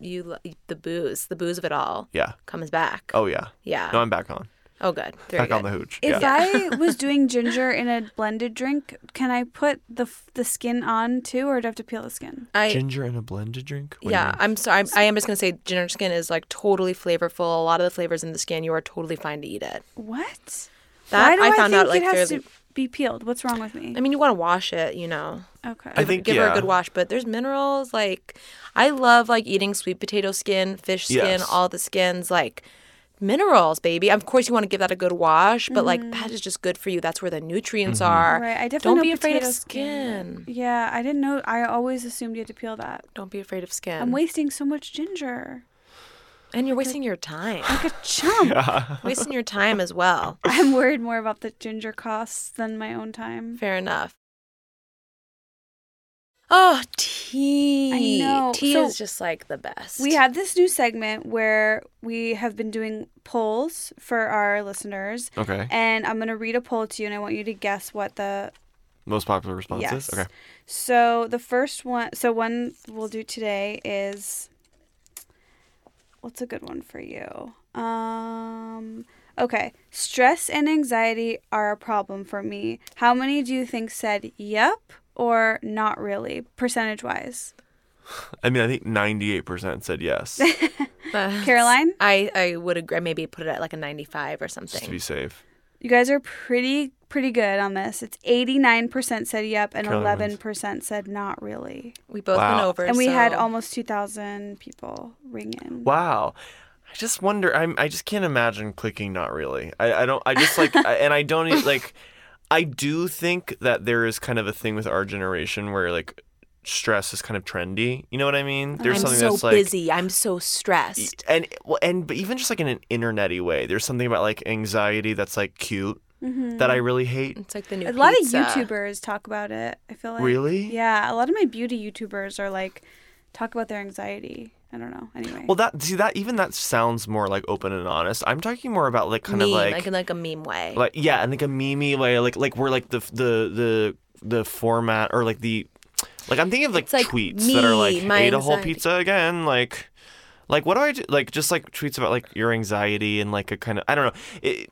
S5: You lo- the booze, the booze of it all
S4: Yeah.
S5: comes back.
S4: Oh yeah.
S5: Yeah.
S4: No, I'm back on.
S5: Oh, good. Very
S4: back on the
S5: good.
S4: hooch.
S1: If
S4: yeah.
S1: I was doing ginger in a blended drink, can I put the f- the skin on too, or do I have to peel the skin?
S5: I.
S4: ginger in a blended drink. What do you
S5: yeah,
S4: mean?
S5: I'm sorry. I'm, I am just gonna say ginger skin is like totally flavorful. A lot of the flavors in the skin, you are totally fine to eat it.
S1: What?
S5: That
S1: Why do
S5: I found
S1: think
S5: out like
S1: it has
S5: fairly-
S1: to be peeled? What's wrong with me?
S5: I mean, you want to wash it, you know.
S1: okay.
S4: I think
S5: give her
S4: yeah.
S5: a good wash. But there's minerals like I love like eating sweet potato skin, fish skin,
S4: Yes.
S5: all the skins like minerals, baby. Of course, you want to give that a good wash, but like that is just good for you. That's where the nutrients
S4: Mm-hmm.
S5: are.
S1: Mm-hmm. right. I definitely
S5: Don't
S1: know
S5: be afraid of
S1: potato
S5: skin.
S1: Yeah, I didn't know. I always assumed you had to peel that.
S5: Don't be afraid of skin.
S1: I'm wasting so much ginger.
S5: and you're wasting your time.
S1: Like a chump.
S5: wasting your time as well.
S1: I'm worried more about the ginger costs than my own time.
S5: Fair enough. Oh, tea.
S1: know.
S5: Tea
S1: So-
S5: is just like the best.
S1: We have this new segment where we have been doing polls for our listeners.
S4: Okay.
S1: And I'm going to read a poll to you and I want you to guess what the.
S4: Most popular responses.
S1: Yes.
S4: Okay.
S1: So the first one. So one we'll do today is. What's a good one for you? Um. Okay. Stress and anxiety are a problem for me. How many do you think said yep or not really, percentage wise?
S4: I mean, I think 98% said yes,
S5: That's-
S1: Caroline?
S5: I, I would agree. Maybe put it at like a 95 or
S4: just to
S5: something.
S4: be safe.
S1: You guys are pretty pretty good on this. It's 89% said yep and
S4: Caroline wins.
S1: 11% said not really.
S5: We both
S4: Wow.
S5: went over.
S1: And we had
S5: so-
S1: almost 2,000 people ring in.
S4: Wow. I just wonder. I'm. I just can't imagine clicking. Not really. I. I don't. I just like. I, and I don't e- like. I do think that there is kind of a thing with our generation where like stress is kind of trendy. You know what I mean? There's
S5: I'm
S4: something
S5: so
S4: that's like
S5: busy. I'm so
S4: y-
S5: stressed.
S4: and well, and but even just like in an internety way, there's something about like anxiety that's like cute
S5: Mm-hmm.
S4: that I really hate.
S5: It's like the new
S1: A lot
S5: pizza.
S1: of YouTubers talk about it. I feel like
S4: Really?
S1: Yeah, a lot of my beauty YouTubers are like talk about their anxiety. I don't know. Anyway.
S4: Well, that see that even that sounds more like open and honest. I'm talking more about like kind
S5: meme,
S4: of like
S5: in like a meme way.
S4: like yeah, and like a meme way, like like we're like the the the the format or like the like I'm thinking of like,
S5: It's like
S4: tweets that are like
S5: me, my
S4: ate a whole
S5: anxiety."
S4: pizza again, like. Like what do I do? like? Just like tweets about like your anxiety and like a kind of I don't know. It,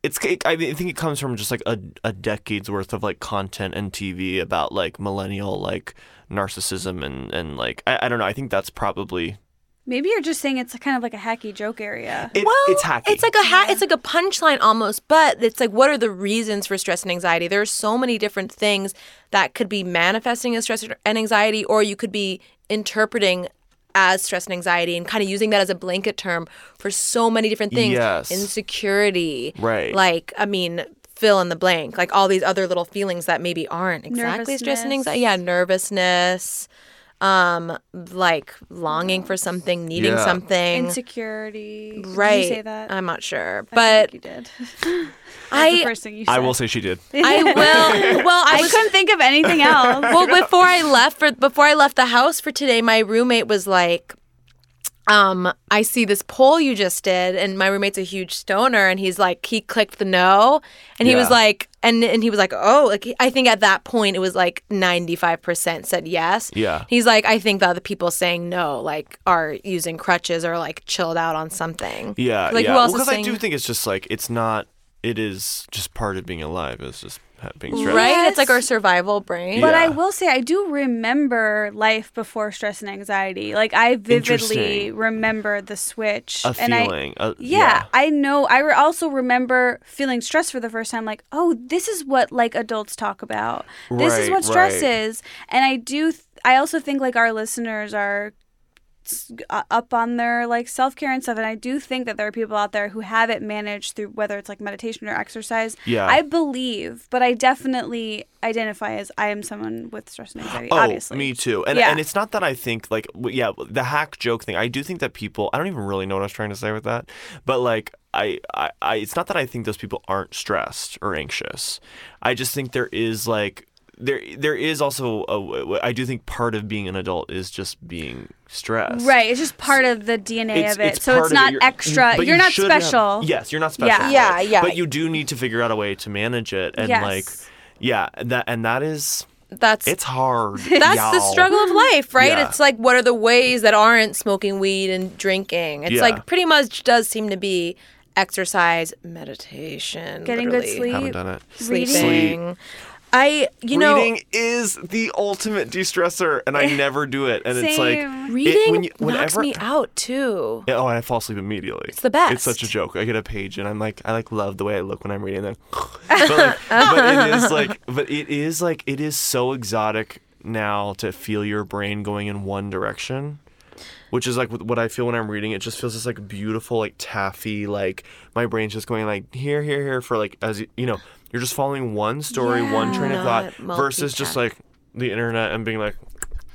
S4: it's it, I mean, I think it comes from just like a, a decade's worth of like content and TV about like millennial like narcissism and and like I, I don't know. I think that's probably
S1: Maybe you're just saying it's kind of like a hacky joke area.
S4: it,
S5: well,
S4: it's hacky.
S5: It's like a ha- it's like a punchline almost, but it's like what are the reasons for stress and anxiety? There are so many different things that could be manifesting as stress and anxiety, or you could be interpreting as stress and anxiety and kind of using that as a blanket term for so many different things.
S4: Yes.
S5: Insecurity.
S4: Right.
S5: Like, I mean, fill in the blank, like all these other little feelings that maybe aren't exactly stress and
S1: Nervousness.
S5: anxiety. Yeah, nervousness. Um, like longing for something, needing
S4: Yeah.
S5: something.
S1: Insecurity.
S5: right.
S1: Did you say that?
S5: I'm not sure.
S1: I
S5: But
S1: think you did. That's the
S5: I
S1: first thing you said.
S4: I will say she did.
S5: I will well I
S1: I
S5: was
S1: couldn't think of anything else.
S5: well, before I left for before I left the house for today, my roommate was like, um, I see this poll you just did, and my roommate's a huge stoner, and he's like, he clicked the no, and he was
S4: Yeah.
S5: like, and and he was like, oh, like I think at that point it was like ninety five percent said yes.
S4: Yeah.
S5: he's like, I think the other people saying no, like, are using crutches or like chilled out on something.
S4: Yeah,
S5: like
S4: yeah.
S5: who else
S4: well,
S5: is
S4: I
S5: saying?
S4: do think it's just like it's not. It is just part of being alive. It's just ha- being stressed.
S5: Right, it's like our survival brain.
S1: But I
S4: Yeah.
S1: will say I do remember life before stress and anxiety. Like I vividly
S4: Interesting.
S1: remember the switch
S4: A
S1: and I-
S4: feeling. a-
S1: yeah, I know. I re- also remember feeling stressed for the first time. Like, oh, this is what like adults talk about. This is
S4: Right,
S1: what stress
S4: right.
S1: is. And I do. Th- I also think like our listeners are s- uh, up on their like self care and stuff. And I do think that there are people out there who have it managed through whether it's like meditation or exercise.
S4: Yeah.
S1: I believe, but I definitely identify as I am someone with stress and anxiety.
S4: Oh,
S1: obviously,
S4: me too. And
S1: Yeah.
S4: and it's not that I think like w- yeah the hack joke thing. I do think that people. I don't even really know what I was trying to say with that. But like I, I, I it's not that I think those people aren't stressed or anxious. I just think there is like there there is also a w- w- I do think part of being an adult is just being stressed.
S1: Right, it's just part of the DNA of it, so
S4: part
S1: it's
S4: of it.
S1: not
S4: You're-
S1: extra.
S4: but
S1: You're
S4: you
S1: not
S4: should have-
S1: special.
S4: yes, you're not special.
S1: Yeah.
S5: Yeah,
S4: for it.
S5: yeah.
S4: But you do need to figure out a way to manage it and
S1: Yes.
S4: like, yeah, that and that is
S5: That's
S4: it's hard.
S5: That's the
S4: y'all.
S5: struggle of life, right?
S4: Yeah.
S5: It's like what are the ways that aren't smoking weed and drinking? It's
S4: Yeah.
S5: like pretty much does seem to be exercise, meditation,
S1: Getting good
S5: literally,
S4: Haven't
S1: sleep.
S4: done it.
S1: reading.
S5: sleeping. I you know
S4: reading is the ultimate de-stressor, and I never do it. And it's like
S1: Same.
S4: it-
S5: reading
S4: when you-
S5: knocks me out too.
S4: Yeah, Oh, and I fall asleep immediately. It's
S5: the best.
S4: It's such a joke. I get a page and I'm like, I like love the way I look when I'm reading. Then, but, like, but it is like, but it is like, it is so exotic now to feel your brain going in one direction, which is like what I feel when I'm reading. It just feels this like beautiful, like taffy, like my brain's just going like here, here, here for like as you, you know, you're just following one story, one train of
S5: Not
S4: thought versus just
S5: multitask.
S4: like the internet and being like,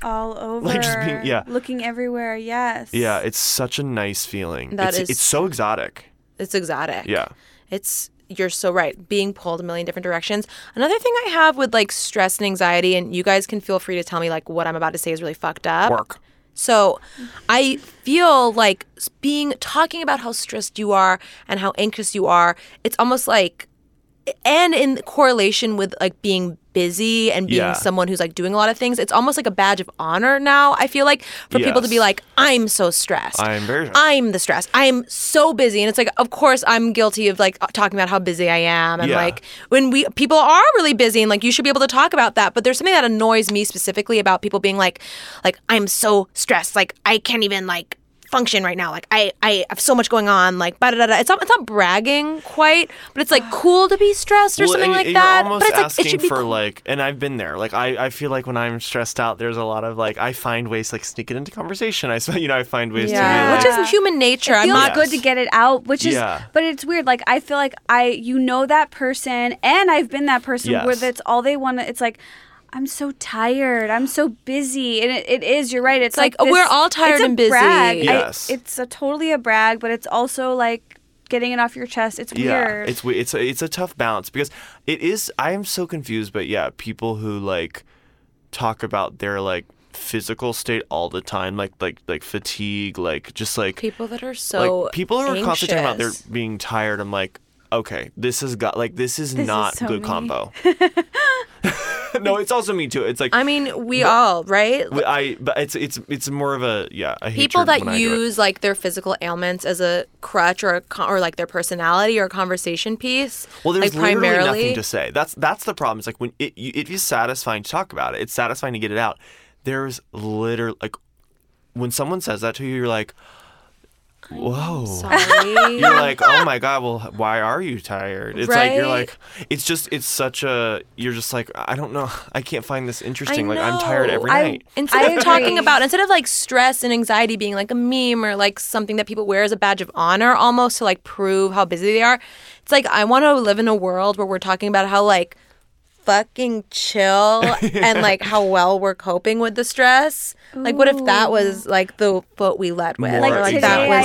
S1: all over
S4: Like, just being- yeah.
S1: looking everywhere yes
S4: yeah, it's such a nice feeling.
S5: That
S4: it's,
S5: is-
S4: it's so exotic.
S5: It's exotic.
S4: Yeah.
S5: It's you're so right. Being pulled a million different directions. Another thing I have with like stress and anxiety, and you guys can feel free to tell me like what I'm about to say is really fucked up.
S4: Work.
S5: So I feel like s- being talking about how stressed you are and how anxious you are, it's almost like and in correlation with like being busy and being
S4: Yeah.
S5: someone who's like doing a lot of things, it's almost like a badge of honor now. I feel like for people to be
S4: Yes.
S5: like, I'm so stressed.
S4: I'm very stressed.
S5: I'm the stress. I'm so busy, and it's like, of course, I'm guilty of like uh, talking about how busy I am, and
S4: Yeah.
S5: like when we people are really busy, and like you should be able to talk about that. But there's something that annoys me specifically about people being like, like I'm so stressed, like I can't even like function right now. Like I I have so much going on. Like da da da. It's not it's not bragging quite, but it's like cool to be stressed or
S4: Well,
S5: something
S4: and
S5: like
S4: you're
S5: that.
S4: Almost
S5: but it's like
S4: asking
S5: it should be
S4: for
S5: cool.
S4: like, and I've been there. Like, I, I feel like when I'm stressed out, there's a lot of like, I find ways to, like sneak it into conversation. I, sp- you know, I find ways
S1: Yeah.
S4: to
S5: which
S4: be
S5: is human nature. I'm
S1: feels
S5: not
S1: good to get it out which is
S4: Yeah.
S1: but it's weird like i feel like i you know that person and i've been that person where
S4: Yes.
S1: that's all they want to it's like i'm so tired i'm so busy and it, it is you're right it's like,
S5: like, we're
S1: this-
S5: all
S1: it's
S5: tired
S1: a
S5: and busy.
S1: brag. I-
S4: Yes.
S1: it's a totally a brag but it's also like getting it off your chest it's
S4: like, yeah,
S1: weird
S4: it's we- it's a, it's a tough balance because it is. I am so confused, but yeah, people who like talk about their like physical state all the time, like like like fatigue, like just like
S5: people that are so
S4: like people who are constantly talking about they're
S5: anxious.
S4: being tired. I'm like, okay, this has got like this is
S1: is
S4: not
S1: so
S4: good
S1: me.
S4: combo. no, it's also me too. It's like
S5: I mean, we all right.
S4: Well, I but it's it's it's more of a yeah a
S5: people
S4: hatred
S5: that
S4: when I do it.
S5: use like their physical ailments as a crutch or a con- or like their personality or a conversation piece.
S4: well there's
S5: like,
S4: literally
S5: primarily
S4: nothing to say that's that's the problem it's like when it you, it is satisfying to talk about it it's satisfying to get it out there's literally like when someone says that to you you're like whoa.
S5: Sorry.
S4: You're like, oh my god. Well, why are you tired? It's like you're
S5: Right?
S4: like, it's just, it's such a. You're just like, I don't know. I can't find this
S5: I
S4: interesting. Like I'm tired
S5: know.
S4: every
S5: I-
S4: night.
S1: I
S5: Instead
S1: agree.
S5: of talking about instead of like stress and anxiety being like a meme or like something that people wear as a badge of honor almost to like prove how busy they are. It's like I want to live in a world where we're talking about how like fucking chill and like how well we're coping with the stress. Like what if that was like the what we led with?
S4: More
S5: Like, that was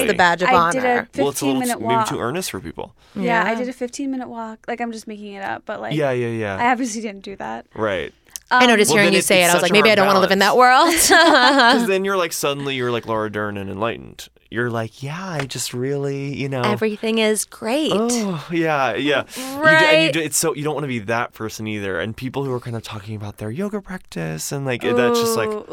S4: exactly.
S5: the badge of
S1: I
S5: honor.
S1: did a 15
S4: Well, it's a little
S1: minute
S4: t-
S1: walk.
S4: maybe too earnest for people.
S1: Yeah, I
S5: Yeah.
S1: did a 15 minute walk. Like I'm just making it up, but like
S4: Yeah, yeah, yeah.
S1: I obviously didn't do that.
S4: right.
S5: I noticed
S1: um,
S4: Well,
S5: hearing
S4: then
S5: you
S4: it-
S5: say
S4: it's
S5: it. I
S4: such
S5: was like,
S4: a
S5: maybe I
S4: hard
S5: don't want to live in that world.
S4: Because then you're like suddenly you're like Laura Dern and enlightened. You're like, yeah, I just really, you know.
S5: Everything is great.
S4: Oh yeah, yeah. You do, and you
S5: Right.
S4: do, it's so you don't want to be that person either. And people who are kind of talking about their yoga practice and like that's just like
S1: Ooh,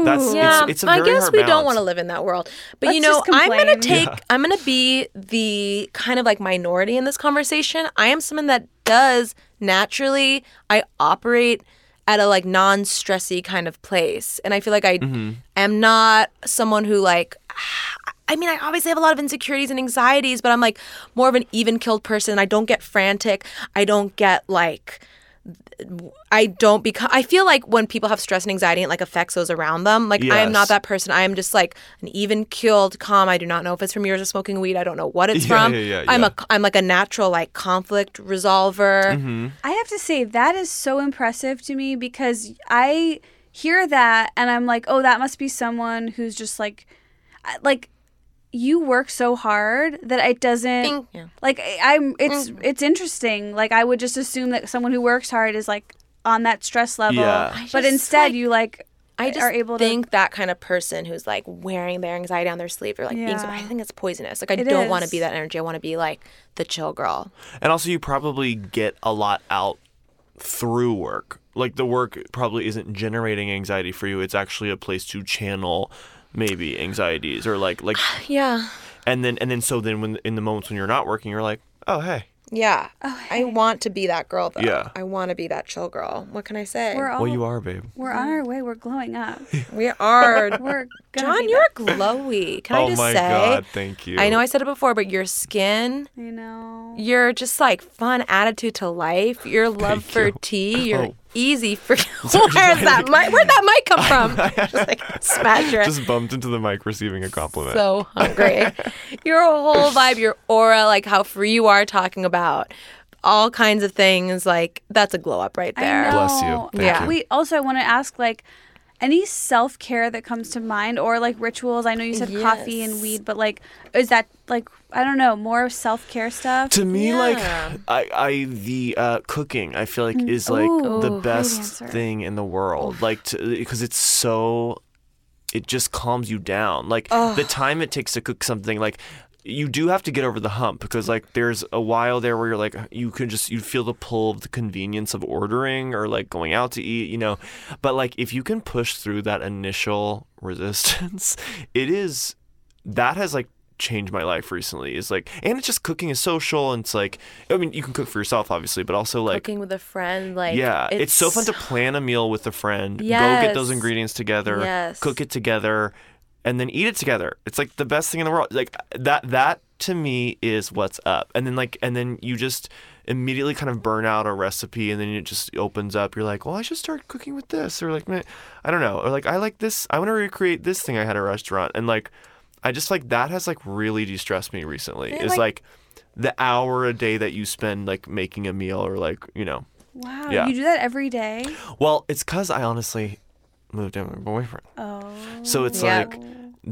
S1: ooh.
S4: that's
S5: Yeah,
S4: it's, it's a
S5: I
S4: very
S5: guess
S4: hard
S5: we
S4: balance.
S5: don't want to live in that world. But you
S1: Let's
S5: know,
S1: just
S5: I'm gonna
S1: complain.
S5: take, I'm gonna be the kind of like minority in this conversation. I am someone that does naturally. I operate at a like non-stressy kind of place, and I feel like I
S4: Mm-hmm.
S5: am not someone who like. I mean, I obviously have a lot of insecurities and anxieties, but I'm like more of an even killed person. I don't get frantic. I don't get like I don't become. I feel like when people have stress and anxiety, it like affects those around them. Like I am
S4: Yes.
S5: not that person. I am just like an even keeled, calm. I do not know if it's from years of smoking weed. I don't know what it's
S4: Yeah,
S5: from.
S4: yeah, yeah,
S5: I'm
S4: yeah. Mm-hmm.
S5: a. I'm like a natural like conflict resolver.
S1: I have to say that is so impressive to me because I hear that and I'm like, oh, that must be someone who's just like, I- like you work so hard that it doesn't
S5: Bing. Yeah.
S1: like I- I'm. It's it's interesting. Like I would just assume that someone who works hard is like on that stress level,
S4: Yeah. I
S1: but
S5: just,
S1: instead
S5: like-
S1: you like
S5: I just
S1: are able
S5: think
S1: to.
S5: that kind of person who's like wearing their anxiety on their sleeve or like being so.
S1: Yeah.
S5: I think it's poisonous. Like I
S1: It
S5: don't want to
S1: is.
S5: be that energy. I want to be like the chill girl.
S4: And also, you probably get a lot out through work. Like the work probably isn't generating anxiety for you. It's actually a place to channel maybe anxieties or like like
S5: Yeah.
S4: and then and then so then when in the moments when you're not working, you're like, oh hey,
S5: Yeah. I want to be that girl though.
S4: Yeah.
S5: I want to be that chill girl. What can I say?
S1: We're all
S4: well you are, babe.
S1: we're on our way. We're glowing up.
S5: we are
S1: We're gonna
S5: John,
S1: be
S5: you're glowy. Can I
S4: oh
S5: just
S4: my
S5: say?
S4: god, thank you.
S5: I know I said it before, but your skin,
S1: there, you know.
S5: your just like fun attitude to life, your love for
S4: you.
S5: tea, your
S4: Oh.
S5: easy for where's that mic? Where'd that mic come from? just like smash your
S4: just bumped into the mic receiving a compliment.
S5: so hungry. your whole vibe, your aura, like how free you are talking about all kinds of things. Like that's a glow up right there.
S1: I know.
S4: Bless you. Thank
S5: Yeah. you.
S1: We also I want to ask like any self care that comes to mind or like rituals. I know you said coffee and
S5: Yes.
S1: weed, but like is that like I don't know more self care stuff?
S4: to me like
S5: Yeah.
S4: I, I the uh, cooking i feel like is like the best
S1: Mm. answer.
S4: thing in the world like because it's so it just calms you down like the time it takes to cook something like you do have to get over the hump because like there's a while there where you're like you can just you feel the pull of the convenience of ordering or like going out to eat you know but like if you can push through that initial resistance it is that has like changed my life recently is like and it's just cooking is social and it's like i mean you can cook for yourself obviously but also like
S5: Cooking with a friend, like
S4: yeah it's, so fun to plan a meal with a friend go get those
S5: Yes.
S4: ingredients together
S5: Yes.
S4: cook it together and then eat it together it's like the best thing in the world like that that to me is what's up and then like and then you just immediately kind of burn out a recipe and then it just opens up you're like well i should start cooking with this or like meh, i don't know or like i like this i want to recreate this thing i had at a restaurant and like i just like that has like really de-stressed me recently
S5: Yeah,
S4: is
S5: like-
S4: like the hour a day that you spend like making a meal or like you know
S1: wow,
S4: Yeah.
S1: you do that every day.
S4: well, it's because I honestly moved in with my boyfriend.
S1: Oh,
S4: So it's
S5: Yeah.
S4: like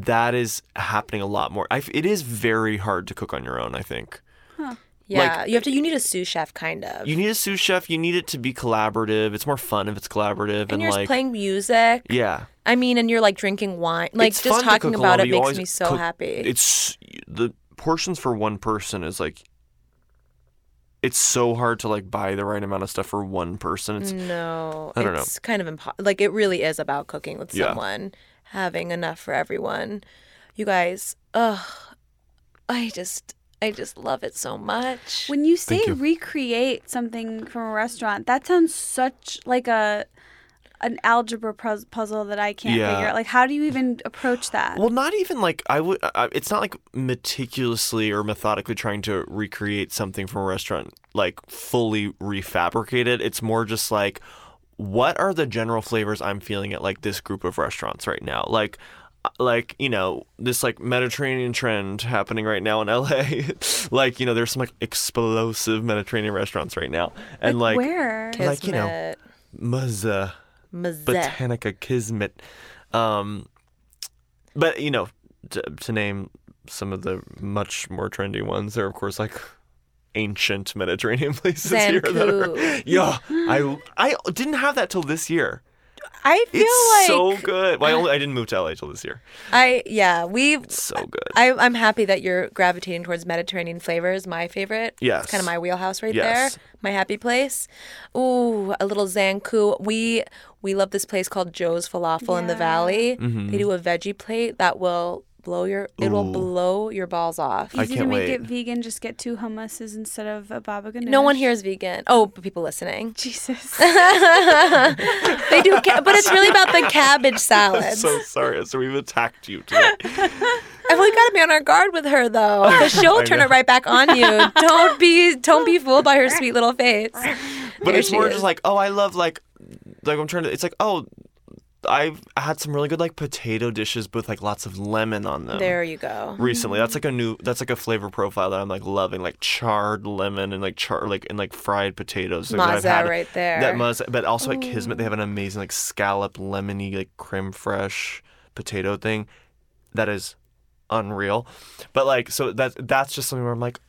S4: that is happening a lot more. I f it is very hard to cook on your own, I think.
S5: Yeah, you have to. You need a sous chef, kind of.
S4: You need a sous chef, you need it to be collaborative. It's more fun if it's collaborative and,
S5: and you're
S4: like
S5: just playing music.
S4: Yeah.
S5: I mean, and you're like drinking wine. Like
S4: It's
S5: just
S4: fun to
S5: talking
S4: cook
S5: about
S4: alone, but
S5: it
S4: you
S5: makes
S4: always
S5: me so
S4: cook-
S5: happy.
S4: It's the portions for one person is like it's so hard to like buy the right amount of stuff for one person. It's
S5: no,
S4: I don't know.
S5: it's kind of impossible. Like it really is about cooking with
S4: Yeah.
S5: someone, having enough for everyone. You guys, ugh, I just, I just love it so much.
S1: when you say
S4: you.
S1: recreate something from a restaurant, that sounds such like a an algebra puz- puzzle that I can't
S4: Yeah.
S1: figure out. Like, how do you even approach that?
S4: Well, not even like I would. I, it's not like meticulously or methodically trying to recreate something from a restaurant, like fully refabricated. It's more just like, what are the general flavors I'm feeling at like this group of restaurants right now? Like, uh, like you know this like Mediterranean trend happening right now in LA. like you know there's some like explosive Mediterranean restaurants right now, and like,
S1: Where?
S4: like you know
S5: Kismet.
S4: Mazza.
S5: Mazet.
S4: Botanica Kismet. Um, but you know, to, to name some of the much more trendy ones, there are of course like ancient Mediterranean places here that are.
S5: Zanku.
S4: Yeah, I I didn't have that till this year.
S5: I feel
S4: It's
S5: like
S4: so good. Well, I, only, I didn't move to LA till this year.
S5: I yeah we've
S4: So good.
S5: I, I'm happy that you're gravitating towards Mediterranean flavors. My favorite.
S4: Yes.
S5: It's kind of my wheelhouse right
S4: Yes.
S5: there. My happy place. Ooh, a little Zanku. We we love this place called Joe's Falafel in the Valley.
S4: Mm-hmm.
S5: They do a veggie plate that will blow your it will blow your balls off.
S4: I
S1: Easy to
S4: can't
S1: make
S4: wait.
S1: it vegan. Just get two hummuses instead of a baba ganoush.
S5: no one here is vegan. Oh, but people listening.
S1: Jesus.
S5: They do, ca- but it's really about the cabbage
S4: I'm
S5: salads.
S4: so sorry. So we've attacked you today.
S5: And we gotta be on our guard with her though, because she'll
S4: I
S5: turn
S4: know.
S5: it right back on you. Don't be, don't be fooled by her sweet little face.
S4: But
S5: There
S4: it's
S5: she
S4: more
S5: is.
S4: just like, oh, I love like, like I'm trying to. It's like, oh, I've had some really good like potato dishes with like lots of lemon on them.
S5: There you go.
S4: recently. That's like a new. That's like a flavor profile that I'm like loving, like charred lemon and like char like and like fried potatoes. Like that I've
S5: Maza
S4: had.
S5: right there.
S4: That must. But also at Kismet, they have an amazing like scallop lemony like creme fraiche potato thing, that is unreal. But like so that that's just something where I'm like,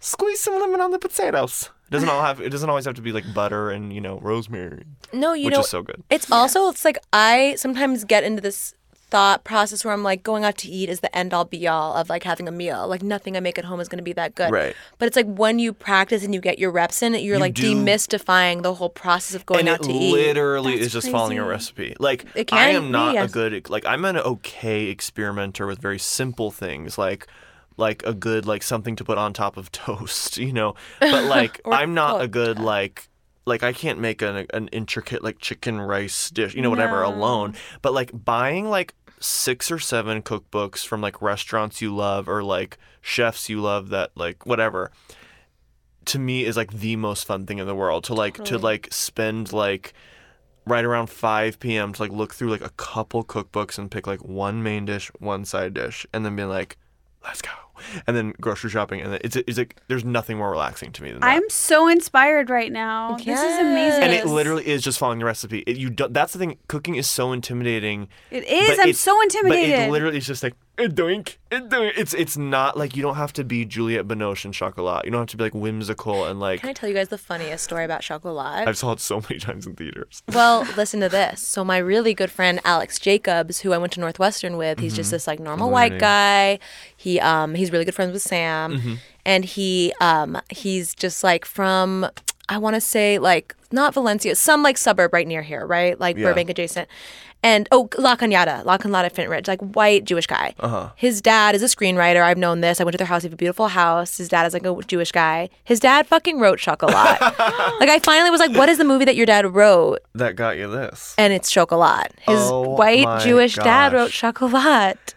S4: squeeze some lemon on the potatoes. It doesn't all have. It doesn't always have to be like butter and you know rosemary,
S5: No, you
S4: which
S5: know,
S4: is so good.
S5: it's also it's like I sometimes get into this thought process where I'm like, going out to eat is the end all be all of like having a meal. Like nothing I make at home is gonna be that good.
S4: Right.
S5: But it's like when you practice and you get your reps in, you're
S4: You
S5: like
S4: do-
S5: demystifying the whole process of going
S4: and
S5: out
S4: it
S5: to eat.
S4: literally
S1: That's
S4: is just following a
S1: crazy.
S4: recipe. Like
S5: It
S4: I
S5: can
S4: am not
S5: be,
S4: a
S5: yes.
S4: good like I'm an okay experimenter with very simple things like like a good like something to put on top of toast, you know. But like I'm not a good like like I can't make an an intricate like chicken rice dish, you know, whatever alone. But like buying like six or seven cookbooks from like restaurants you love or like chefs you love that like whatever to me is like the most fun thing in the world to like to like spend like right around 5 p.m. to like look through like a couple cookbooks and pick like one main dish, one side dish, and then be like, let's go, and then grocery shopping, and then it's it's like there's nothing more relaxing to me than that.
S1: I'm so inspired right now. This is amazing.
S4: and it literally is just following the recipe. It, you do, that's the thing. Cooking is so intimidating.
S1: It is.
S4: but
S1: I'm
S4: it's-
S1: so intimidated.
S4: But it literally is just like "Eh, doink, eh, doink. It's it's not like you don't have to be Juliette Binoche and Chocolat. You don't have to be like whimsical and like
S5: Can I tell you guys the funniest story about chocolate?
S4: I've saw it so many times in theaters.
S5: Well, listen to this. So my really good friend Alex Jacobs, who I went to Northwestern with, he's just this like normal white guy. He um he's really good friends with Sam, and he um he's just like from I want to say like not Valencia, some like suburb right near here, right like Burbank adjacent. And oh, La Cañada, La Cañada Fintridge, like white Jewish guy. His dad is a screenwriter. I've known this. I went to their house. They have a beautiful house. His dad is like a Jewish guy. His dad fucking wrote Chocolat. like I finally was like, what is the movie that your dad wrote?
S4: That got you this.
S5: and it's chocolate. His
S4: Oh my
S5: white Jewish dad wrote
S4: gosh.
S5: chocolate.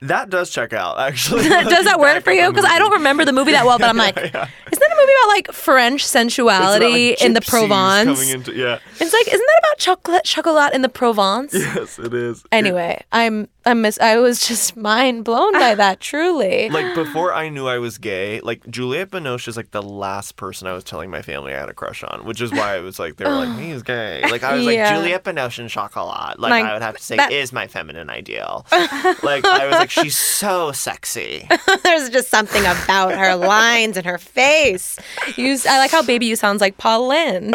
S4: That does check out, actually.
S5: Does that work for you? Because I don't remember the movie that well, but I'm like, isn't that a movie about like French sensuality in the Provence?
S4: yeah.
S5: It's like, isn't that about chocolate, chocolate in the Provence?
S4: Yes, it is.
S5: Anyway, I'm I'm mis- I was just mind blown by that. Truly,
S4: Like before I knew I was gay, like Juliette Binoche is like the last person I was telling my family I had a crush on, which is why I was like, they were like, he's gay. Like I was
S5: Yeah.
S4: like Juliette Binoche and Chocolat. Like,
S5: Like,
S4: I would have to say
S5: that-
S4: is my feminine ideal. like I was like, she's so sexy.
S5: there's just something about her lines and her face. You, s- I like how baby you sounds like Paul Lynn.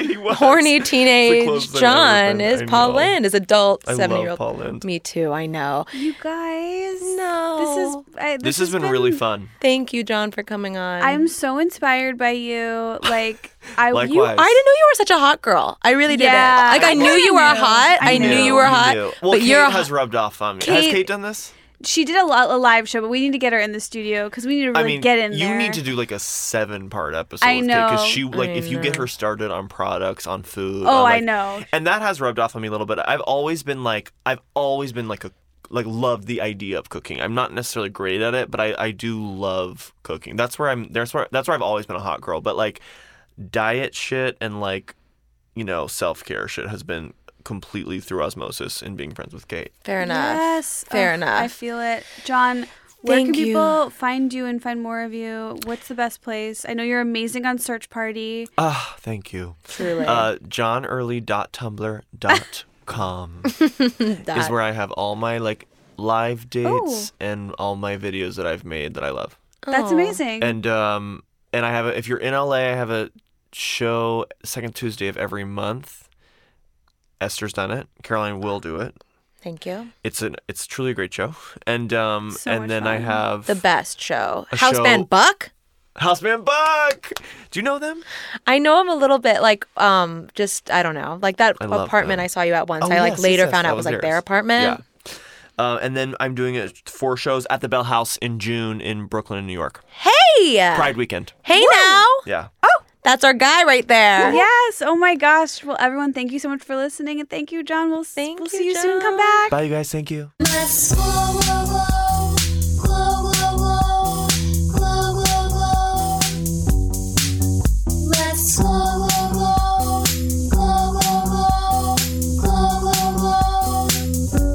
S4: He was.
S5: horny
S4: closest
S5: teenage
S4: I've ever
S5: John
S4: been.
S5: is
S4: I
S5: Paul
S4: know.
S5: Lind, is adult
S4: I love
S5: seven year
S4: Paul Lind.
S5: old. Me too, I know.
S1: you guys.
S5: No.
S1: This is. I,
S4: This has been, really fun.
S5: Thank you, John, for coming on.
S1: I'm so inspired by you. Like I
S5: you, I
S4: Likewise.
S5: didn't know you were such a hot girl. I really didn't.
S1: Yeah.
S5: Like I,
S1: I
S5: knew
S1: kinda
S5: you were
S1: knew.
S5: hot. I,
S1: I
S5: knew
S1: knew.
S5: you were
S4: He
S5: hot.
S4: knew. Well,
S5: but
S4: Kate
S5: you're
S4: has rubbed off on me. Has
S5: Kate-
S4: Kate done this?
S1: she did a, li- a live show, but we need to get her in the studio because we need to really
S4: I mean,
S1: get in
S4: you
S1: there.
S4: need to do like a seven part episode.
S1: I know. Mm.
S4: Because she, like, if you get her started on products, on food.
S1: Oh,
S4: on,
S1: I
S4: like-
S1: know.
S4: And that has rubbed off on me a little bit. I've always been like, I've always been like a, like, loved the idea of cooking. I'm not necessarily great at it, but I, I do love cooking. That's where I'm, that's where, that's where I've always been a hot girl. But like, diet shit and like, you know, self care shit has been completely through osmosis and being friends with Kate.
S5: Fair enough.
S1: Yes.
S5: Fair
S1: Ugh,
S5: enough.
S1: I feel it. John, where can
S5: Thank you.
S1: people find you and find more of you? What's the best place? I know you're amazing on Search Party.
S4: Ah, thank you.
S5: Truly.
S4: Uh, johnearly.tumblr.com is where I have all my like live
S1: Oh.
S4: dates and all my videos that I've made that I love.
S1: That's amazing.
S4: And um and I have a, if you're in LA, I have a show second Tuesday of every month. Esther's done it. Caroline will do it.
S5: Thank you.
S4: It's an it's truly a great show. And um
S1: So much
S4: and then I
S1: fun.
S4: have
S5: The best show.
S4: A
S5: House
S4: show-
S5: Band Buck.
S4: Houseman Buck. Do you know them?
S5: I know him a little bit, like, um, just I don't know, like that
S4: I love
S5: apartment
S4: them.
S5: I saw you at once.
S4: Oh,
S5: I like
S4: yes, yes,
S5: later
S4: yes,
S5: found
S4: that
S5: out was like their
S4: theirs.
S1: Um,
S5: apartment.
S4: Yeah. Uh, and then I'm doing it four shows at the Bell House in June in Brooklyn and New York.
S5: Hey,
S4: Pride weekend.
S5: hey now,
S4: Yeah.
S5: that's our guy right there.
S1: yes. Oh my gosh. Well, everyone, thank you so much for listening. And thank you, John. We'll, s-
S5: Thank
S1: we'll
S5: you,
S1: see you soon. Come
S5: John.
S1: back.
S4: Bye, you guys. Thank you.
S2: Let's glow, glow, glow, glow, glow, glow, glow, glow, glow. Let's glow, glow, glow, glow, glow, glow, glow, glow.